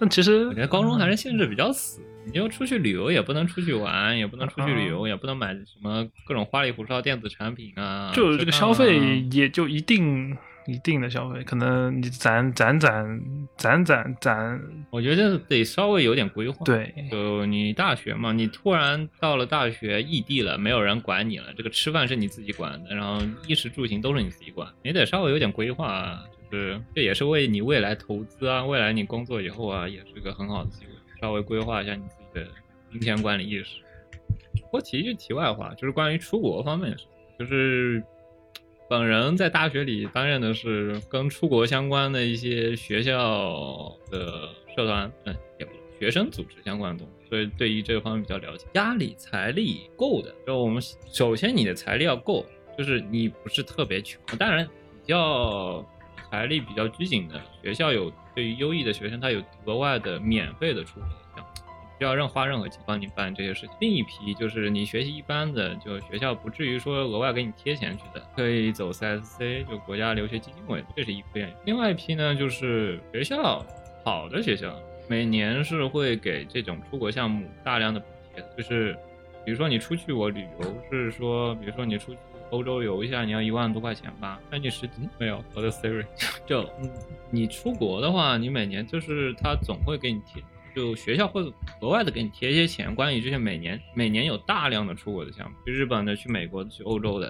D: 但其实
F: 我觉得高中还是限制比较死，你就出去旅游也不能出去玩，也不能出去旅
D: 啊
F: 游，也不能买什么各种花里胡哨电子产品啊。
D: 就这个消费
F: 吃饭啊
D: 也就一定一定的消费，可能你攒攒攒攒攒攒，
F: 啊我觉得得稍微有点规划。，
D: 对，
F: (laughs) 就你大学嘛，你突然到了大学异地了，没有人管你了，这个吃饭是你自己管的，然后衣食住行都是你自己管，你得稍微有点规划啊。就是这也是为你未来投资啊，未来你工作以后啊，也是个很好的机会，稍微规划一下你自己的金钱管理意识。不过题是题外话，就是关于出国方面的事情，就是本人在大学里担任的是跟出国相关的一些学校的社团，嗯，也不是学生组织相关的东西，所以对于这方面比较了解。家里财力够的，就我们首先你的财力要够，就是你不是特别穷，当然比较财力比较拘谨的学校有对于优异的学生，他有额外的免费的出国项目。不要任花任何钱帮你办这些事情。另一批就是你学习一般的，就学校不至于说额外给你贴钱去的，可以走 CSC，就国家留学基金委，这是一批人。另外一批呢，就是学校好的学校，每年是会给这种出国项目大量的补贴的，就是比如说你出去我旅游是说，比如说你出去欧洲游一下，你要一万多块钱吧？那你实际没有我的 Siri 就你出国的话，你每年就是他总会给你贴，就学校会额外的给你贴一些钱。关于这些每年每年有大量的出国的项目，去日本的、去美国的、去欧洲的，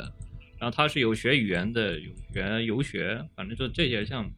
F: 然后他是有学语言的，有学游学，反正就这些项目。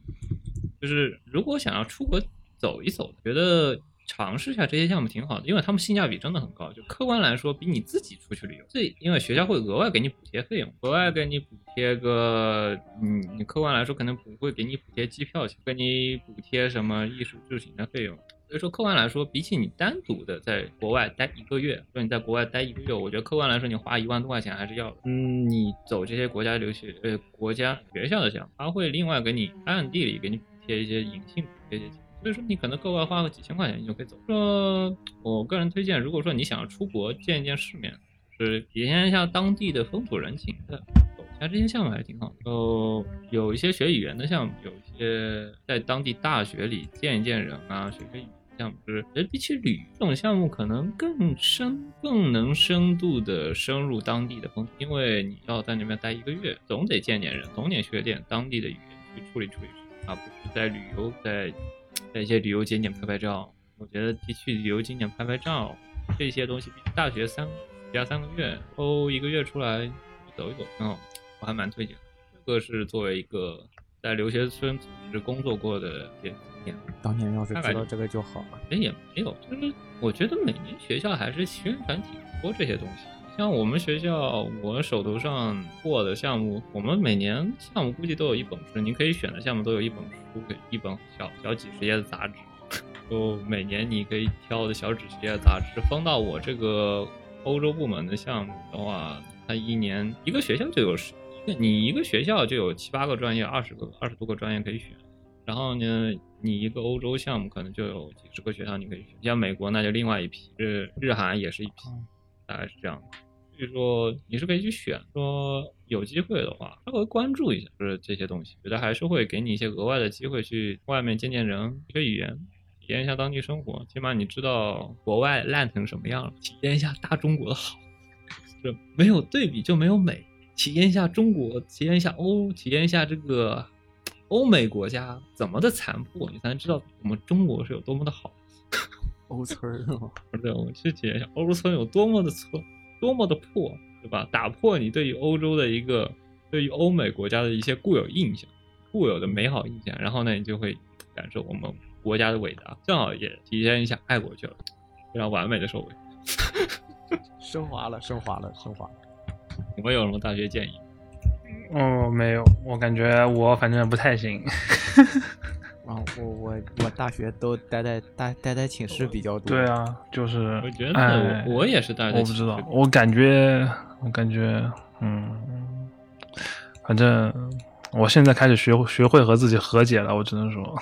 F: 就是如果想要出国走一走，觉得尝试一下这些项目挺好的，因为他们性价比真的很高。就客观来说，比你自己出去旅游，这因为学校会额外给你补贴费用，额外给你补贴个，嗯，你客观来说可能不会给你补贴机票钱，给你补贴什么衣食住行的费用。所以说，客观来说，比起你单独的在国外待一个月，说你在国外待一个月，我觉得客观来说，你花一万多块钱还是要的。嗯，你走这些国家留学，呃，国家学校的项目，他会另外给你暗地里给你补贴一些隐性补贴一些钱。所以说，你可能额外花个几千块钱，你就可以走。说，我个人推荐，如果说你想要出国见一见世面，就是体验一下当地的风土人情的，走一下这些项目还挺好的。哦，有一些学语言的项目，有一些在当地大学里见一见人啊，学学语言项目，就是觉得比起旅游这种项目，可能更深、更能深度的深入当地的风土，因为你要在那边待一个月，总得见见人，总得学点当地的语言去处理处理，而不是在旅游，在在一些旅游景点拍拍照。我觉得的去旅游景点拍拍照这些东西，毕竟大学三加三个月，抽一个月出来走一走，挺好。哦我还蛮推荐的。这个是作为一个在留学生组织工作过的一些经验，
G: 当年要是
F: 看
G: 知
F: 看
G: 道
F: 你
G: 这个就好了。
F: 也也没有，就是我觉得每年学校还是宣传挺多这些东西，像我们学校，我手头上做的项目，我们每年项目估计都有一本书，你可以选的项目都有一本书，一本小小几十页的杂志。就每年你可以挑的小几十页的杂志，分到我这个欧洲部门的项目的话，它一年一个学校就有十，你一个学校就有七八个专业，二十个二十多个专业可以选。然后呢，你一个欧洲项目可能就有几十个学校你可以选，像美国那就另外一批，日日韩也是一批，大概是这样的。所以说你是可以去选，说有机会的话，稍微关注一下，就是这些东西，觉得还是会给你一些额外的机会去外面见见人，学语言，体验一下当地生活，起码你知道国外烂成什么样了，体验一下大中国的好， (laughs) 是没有对比就没有美，体验一下中国，体验一下欧，体验一下这个欧美国家怎么的残破，你才能知道我们中国是有多么的好。哦
B: 欧村儿是吗？
F: 对，我们去体验一下欧洲村有多么的错，多么的破，对吧？打破你对于欧洲的一个，对于欧美国家的一些固有印象，固有的美好印象，然后呢，你就会感受我们国家的伟大，正好也体现一下爱国去了，非常完美的收尾。
B: 升华了，升华了，升华了。
F: 你们有什么大学建议？
D: 哦，没有，我感觉我反正不太行。
G: 然后我我我大学都待在待待在寝室比较多。
D: 对，啊，就是
F: 我觉得
D: 哎
F: 我我也是大学
D: 我不知道，我感觉我感觉嗯，反正我现在开始学学会和自己和解了，我只能说，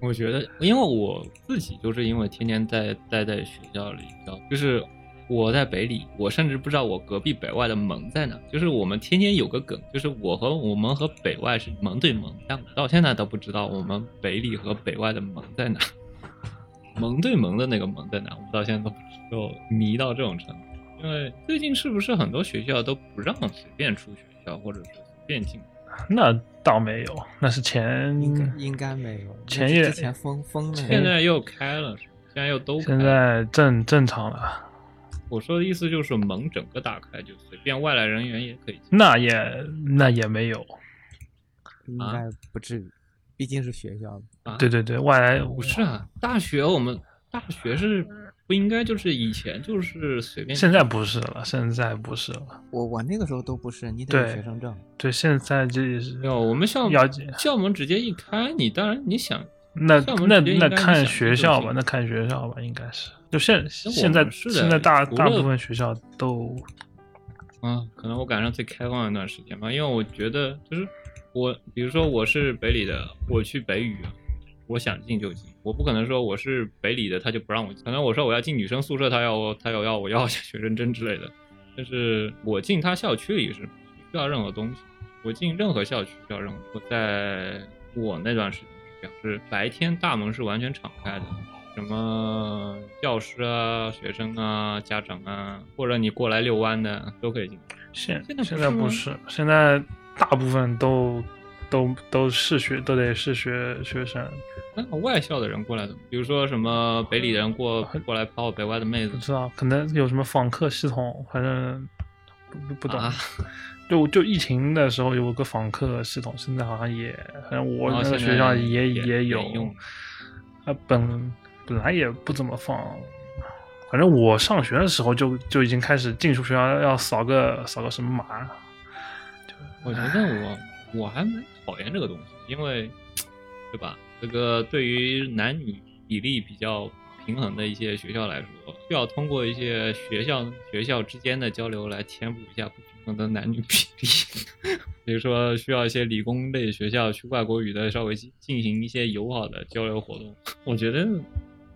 F: 我觉得，因为我自己就是因为天天待待在学校里，你知道，就是我在北理，我甚至不知道我隔壁北外的盟在哪。就是我们天天有个梗，就是我和我们和北外是盟对盟，但我到现在都不知道我们北理和北外的盟在哪， (laughs) 盟对盟的那个盟在哪，我到现在都不知道，迷到这种程度。因为最近是不是很多学校都不让随便出学校，或者是随便进？
D: 那倒没有，那是前
G: 应该应该没有。那
D: 前
G: 是
D: 夜
G: 之前封封了。
F: 现在又开了，是吧现在又都开
D: 嗯现
F: 了。
D: 在正正常了，
F: 我说的意思就是蒙整个打开，就随便外来人员也可以进。
D: 那也那也没有，
G: 应
D: 啊
G: 该不至于，毕竟是学校。
F: 啊
D: 对对对，外来
F: 不是啊，大学我们大学是不应该就是以前就是随便。
D: 现在不是了，现在不是了，
G: 我我那个时候都不是，你得有
D: 对
G: 学生证。
D: 对，现在这是
F: 没有，我们校
D: 要紧
F: 校门直接一开，你当然你想，
D: 那
F: 像我们
D: 那
F: 直接应
D: 那
F: 该是
D: 看
F: 想
D: 学
F: 这
D: 校
F: 种
D: 吧，
F: 情
D: 那看学校吧，应该是。就现
F: 那我
D: 现
F: 们
D: 在
F: 是
D: 现
F: 的
D: 在大
F: 除
D: 大
F: 了
D: 部分学校都
F: 啊，可能我赶上最开放的一段时间吧，因为我觉得就是我，比如说我是北理的，我去北语，我想进就进，我不可能说我是北理的他就不让我进，可能我说我要进女生宿舍，他要我他要要我要 (laughs) 学生证之类的，但是我进他校区里是不需要任何东西，我进任何校区不需要任何，我在我那段时间是这样，是白天大门是完全敞开的，什么教师啊、学生啊、家长啊，或者你过来遛弯的都可以进。
D: 现
F: 现在不
D: 现
F: 是
D: 在不
F: 吗
D: 是，现在大部分都都都是学都得是学学生，
F: 那外校的人过来的，比如说什么北理的人过过来泡北外的妹子
D: 不，知道可能有什么访客系统，反正不不不懂。
F: 啊
D: (laughs) 就就疫情的时候有个访客系统，现在好像也，反正我
F: 哦
D: 那个
F: 现
D: 学校
F: 在
D: 也
F: 也也
D: 有
F: 用，
D: 啊本本来也不怎么放，反正我上学的时候就就已经开始进出学校要扫个扫个什么码，
F: 我觉得我我还蛮讨厌这个东西，因为对吧？这个对于男女比例比较平衡的一些学校来说，需要通过一些学校学校之间的交流来填补一下不平衡的男女比例。 (laughs) 比如说，需要一些理工类学校去外国语的稍微进进行一些友好的交流活动。我觉得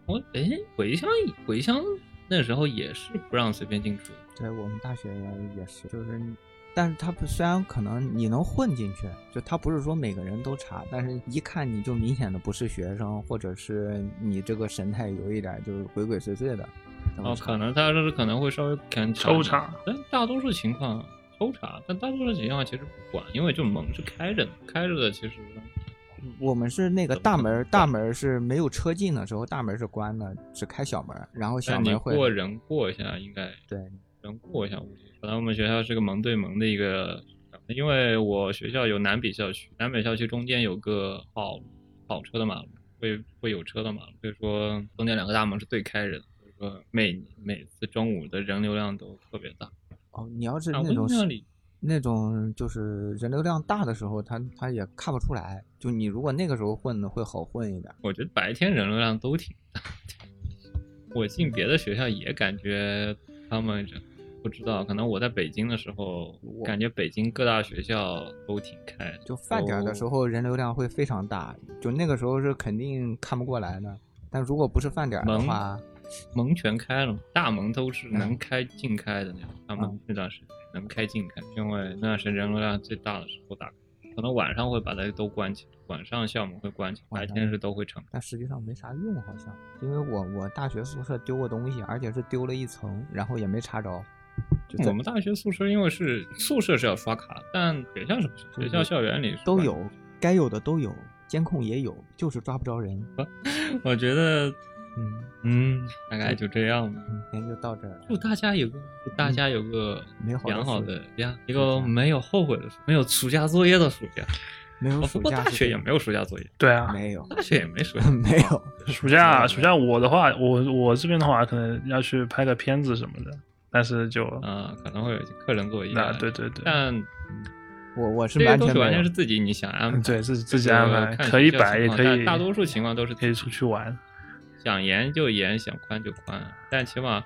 F: 我哎，回乡回乡那时候也是不让随便进出。
G: 对我们大学也是，就是你，但是他不虽然可能你能混进去，就他不是说每个人都查，但是一看你就明显的不是学生，或者是你这个神态有一点就是鬼鬼祟祟的。怎么
F: 哦，
G: 查
F: 可能他就是可能会稍微可能
D: 抽查，
F: 但大多数情况抽查，但大多数情况其实不管，因为就门是开着的，开着的其实
G: 我们是那个大门儿，大门儿是没有车进的时候，大门儿是关的，只开小门儿，然后小
F: 但你
G: 门儿会
F: 过人过一下应该
G: 对
F: 人过一下，我觉得。本来我们学校是个门对门的一个，因为我学校有南北校区，南北校区中间有个跑跑车的马路，会会有车的马路，所以说中间两个大门是对开着的。个每每次中午的人流量都特别大。
G: 哦，你要是
F: 啊，
G: 那
F: 微
G: 种
F: 妙里
G: 那种就是人流量大的时候，他他也看不出来。就你如果那个时候混的会好混一点。
F: 我觉得白天人流量都挺大的。我进别的学校也感觉他们人不知道，可能我在北京的时候，感觉北京各大学校都挺开的。
G: 就饭点儿的时
F: 哦
G: 候人流量会非常大，就那个时候是肯定看不过来的。但如果不是饭点儿的
F: 门
G: 话，
F: 门全开了嘛，大门都是
G: 嗯
F: 能开尽开的那种。他们那段时间能开尽开，因为那段时间人流量最大的时候打开，可能晚上会把它都关起来，晚上校门会关起来，白
G: 晚上
F: 天是都会敞开。
G: 但实际上没啥用，好像，因为我我大学宿舍丢过东西，而且是丢了一层，然后也没查着。就在
F: 我们大学宿舍因为是宿舍是要刷卡，但学校是不
G: 对
F: 是？学校
G: 对
F: 校园里是
G: 都
F: 管
G: 有，该有的都有，监控也有，就是抓不着人。
F: 我觉得，
G: 嗯，
F: 嗯，大概就这样吧。
G: 今天就到这儿了。
F: 祝大家有个，祝大家有个
G: 嗯美好的
F: 良好
G: 暑
F: 的家，一个
G: 假
F: 没有后悔的暑，没有暑假作业的暑假。
G: 没有
F: 哦
G: 暑
F: 不过
G: 假
F: 大
G: 是
F: 学
G: 这
F: 也
G: 样
F: 没有暑假作业，
D: 对啊，
G: 没有
F: 大学也没暑假。
G: (laughs) 没有，
D: 暑假暑假我的话，我我这边的话可能要去拍个片子什么的，但是就
F: 啊、可能会有一些课程作业。
D: 啊，对，对对，
F: 但
G: 我我是
F: 这些
G: 完
F: 东
G: 全
F: 西完
G: 没
F: 全
G: 有
F: 是。自己你想安排，
D: 嗯对自己自己
F: 就
D: 安
F: 是
D: 排
F: 看
D: 可以
F: 学校
D: 摆
F: 情
D: 也
F: 况
D: 可
F: 但
D: 以
F: 大多数情况都是
D: 可以出去玩。
F: 想严就严，想宽就宽，啊但起码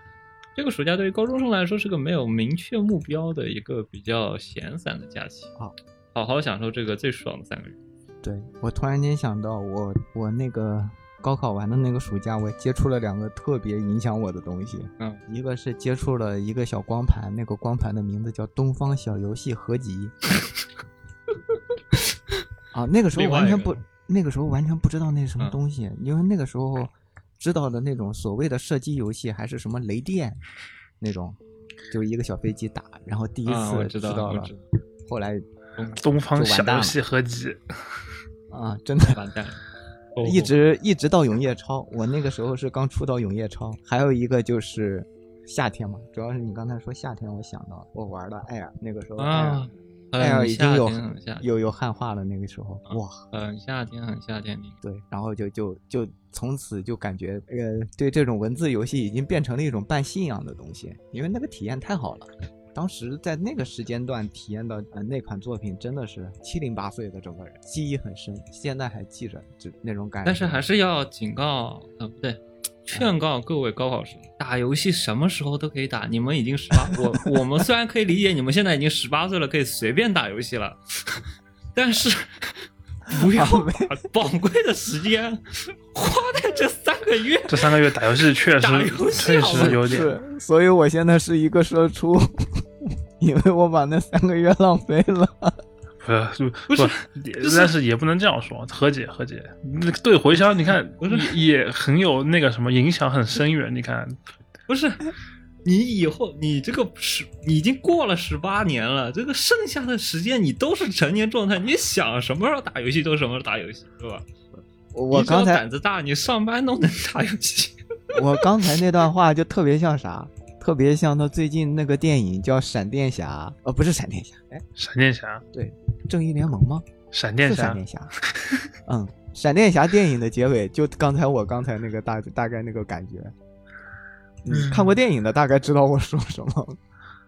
F: 这个暑假对于高中生来说是个没有明确目标的一个比较闲散的假期
G: 好，
F: 好好享受这个最爽的三个月。
G: 对我突然间想到我，我那个高考完的那个暑假，我接触了两个特别影响我的东西。
F: 嗯，
G: 一个是接触了一个小光盘，那个光盘的名字叫《东方小游戏合集》。
F: (laughs)
G: 啊，那个时候
F: 另外
G: 完全
F: 一个
G: 不，那个时候完全不知道那是什么
F: 嗯
G: 东西，因为那个时候知道的那种所谓的射击游戏还是什么雷电那种，就一个小飞机打，然后第一
F: 啊我
G: 次
F: 知
G: 知
F: 道我
G: 了
F: 知道，
G: 后来
D: 东方
G: 就完
D: 小
G: 蛋
D: 游
G: 了
D: 戏合集，
G: 啊，真的
F: 完蛋了，哦
G: (laughs) 一直一直到永夜超，我那个时候是刚出到永夜超。还有一个就是夏天嘛，主要是你刚才说夏天，我想到了我玩的艾尔，那个时候艾尔、
F: 啊，
G: 艾尔
F: 很
G: 哎已经
F: 夏
G: 有
F: 天，很夏天，
G: 有有汉化了，那个时候
F: 啊
G: 哇，
F: 很夏天，很夏天。你
G: 对，然后就就就从此就感觉呃，对这种文字游戏已经变成了一种半信仰的东西，因为那个体验太好了。当时在那个时间段体验到呃那款作品真的是七零八碎的整个人，记忆很深，现在还记着就那种感觉。
F: 但是还是要警告，呃，不
G: 哎
F: 对，劝告各位高考生，打游戏什么时候都可以打。你们已经十八，我我们虽然可以理解你们现在已经十八岁了，可以随便打游戏了，但是不要把宝贵的时间花在这三个月。
D: 这三个月打游戏确实
F: (laughs) 打游戏
D: 确
F: 好吗
D: 实 (laughs) 有点。
G: 是，所以我现在是一个社畜， (laughs) 因为我把那三个月浪费了。
D: 不不是，但是也不能这样说，和解和解。那个对回销，你看也也很有那个什么影响，很深远。你看，
F: 不是，你以后你这个十，你已经过了十八年了，这个剩下的时间你都是成年状态，你想什么时候打游戏就什么时候打游戏，对吧？
G: 我我刚
F: 你只
G: 才
F: 要胆子大，你上班都能打游戏。
G: 我刚才那段话就特别像啥？特别像他最近那个电影叫《闪电侠》，呃，不是闪电侠，哎，
D: 闪电侠，
G: 正义联盟吗？
D: 闪电
G: 是闪
D: 侠，
G: 电侠。嗯，闪电侠电影的结尾就刚才我刚才那个大大概那个感觉。你
D: 嗯
G: 看过电影的大概知道我说什么，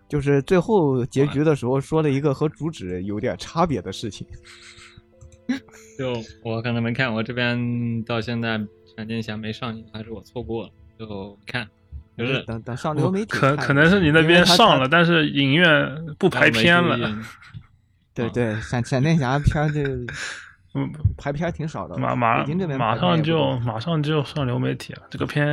G: 就是最后结局的时候说了一个和主旨有点差别的事情。
F: 就我可能没看，我这边到现在闪电侠没上映，还是我错过了，就看，就是
D: 嗯
G: 等等上流媒体
D: 可
G: 看
D: 可能是你那
G: 因为
D: 边
G: 它
D: 上了，但是影院不排片了。。
G: 对
F: 啊
G: 对，闪闪电侠片儿这
D: 嗯，
G: 排片儿挺少的，
D: 马马
G: 北京这边
D: 马
G: 排片儿也
D: 上
G: 不
D: 就
G: 多
D: 马上就上流媒体了。这个片，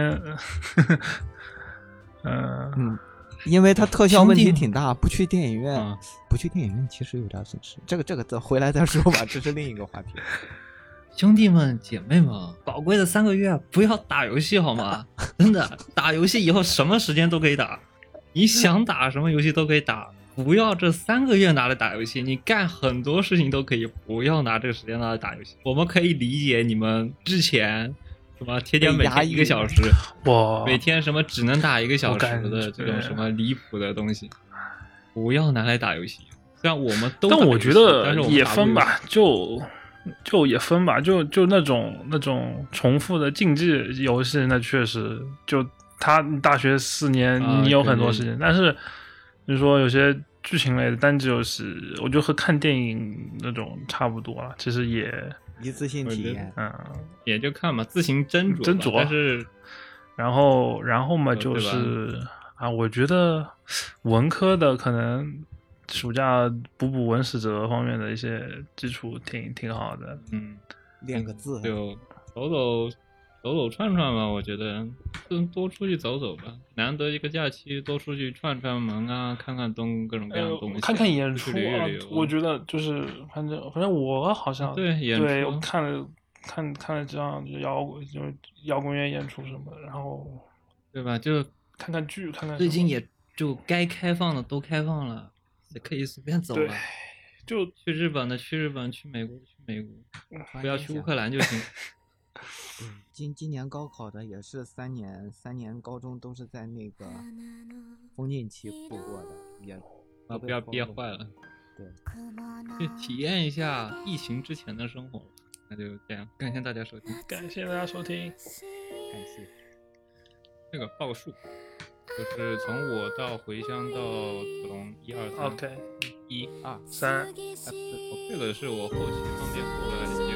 D: 嗯，
G: 嗯，因为它特效
A: 平
G: 问题
A: 定
G: 挺大，不去电影院，
D: 嗯
F: 啊
G: 不去电影院其实有点损失。这个这个再回来再说吧，这是另一个话题。
F: 兄弟们、姐妹们，宝贵的三个月不要打游戏好吗？真的，打游戏以后什么时间都可以打，你想打什么游戏都可以打，不要这三个月拿来打游戏，你干很多事情都可以，不要拿这个时间拿来打游戏。我们可以理解你们之前什么天天每
G: 被压
F: 天
G: 抑
F: 一个小时，
D: 我
F: 每天什么只能打一个小
D: 我
F: 时
D: 感
F: 的这种
D: 觉
F: 什么离谱的东西，不要拿来打游戏。虽然我们都打
D: 但
F: 游戏，
D: 我觉得
F: 但是我们
D: 也
F: 打不
D: 分
F: 游戏
D: 吧，就就也分吧，就就那种那种重复的竞技游戏，那确实就他大学四年
F: 啊
D: 你有很
F: 肯
D: 多
F: 定
D: 时间，但是就是说有些剧情类的单机游戏，我觉得和看电影那种差不多了，其实也
B: 一次性
F: 我
B: 体
F: 觉得
B: 验，
D: 嗯，
F: 也就看嘛，自行斟酌吧。
D: 斟酌啊
F: 但是
D: 然后然后嘛
F: 呃
D: 就
F: 对吧
D: 是啊，我觉得文科的可能。暑假补补文史哲方面的一些基础挺挺好的，
F: 嗯，
B: 练个字，
G: 啊
F: 就走走走走串串吧，我觉得多多出去走走吧，难得一个假期，多出去串串门啊，看看东各种各样的东西，
D: 哎看看演出
F: 出去旅
D: 啊
F: 一旅游，
D: 我觉得就是反正反正我好像
F: 嗯对演
D: 对
F: 出
D: 我看了看看了这样就摇滚就是摇滚乐演出什么的，然后
F: 对吧？就
D: 看看剧，看看
F: 最
D: 什
F: 近
D: 么
F: 也就该开放的都开放了，也可以随便走
D: 对
F: 了。
D: 就
F: 去日本的去日本，去美国的去美国，不要去乌克
B: 兰。
F: 兰就
G: (laughs)
F: 行。
G: 今今年高考的也是三年，三年高中都是在那个封禁期度过的，也
F: 啊，
G: 都
F: 不
G: 被
F: 要
G: 封
F: 憋
G: 了
F: 坏了，去
E: 去
F: 体
E: 体
F: 验
E: 验
F: 一
E: 一
F: 下
E: 下
F: 疫
E: 疫
F: 情之前的生活。那就这样，感谢大家收听。
D: 感谢大家收听，
G: 感谢。
F: 这个报数，就是从我到回乡到子龙一二三
D: OK
F: 一，哦
D: 三。
F: 这个是我后期方面回来的。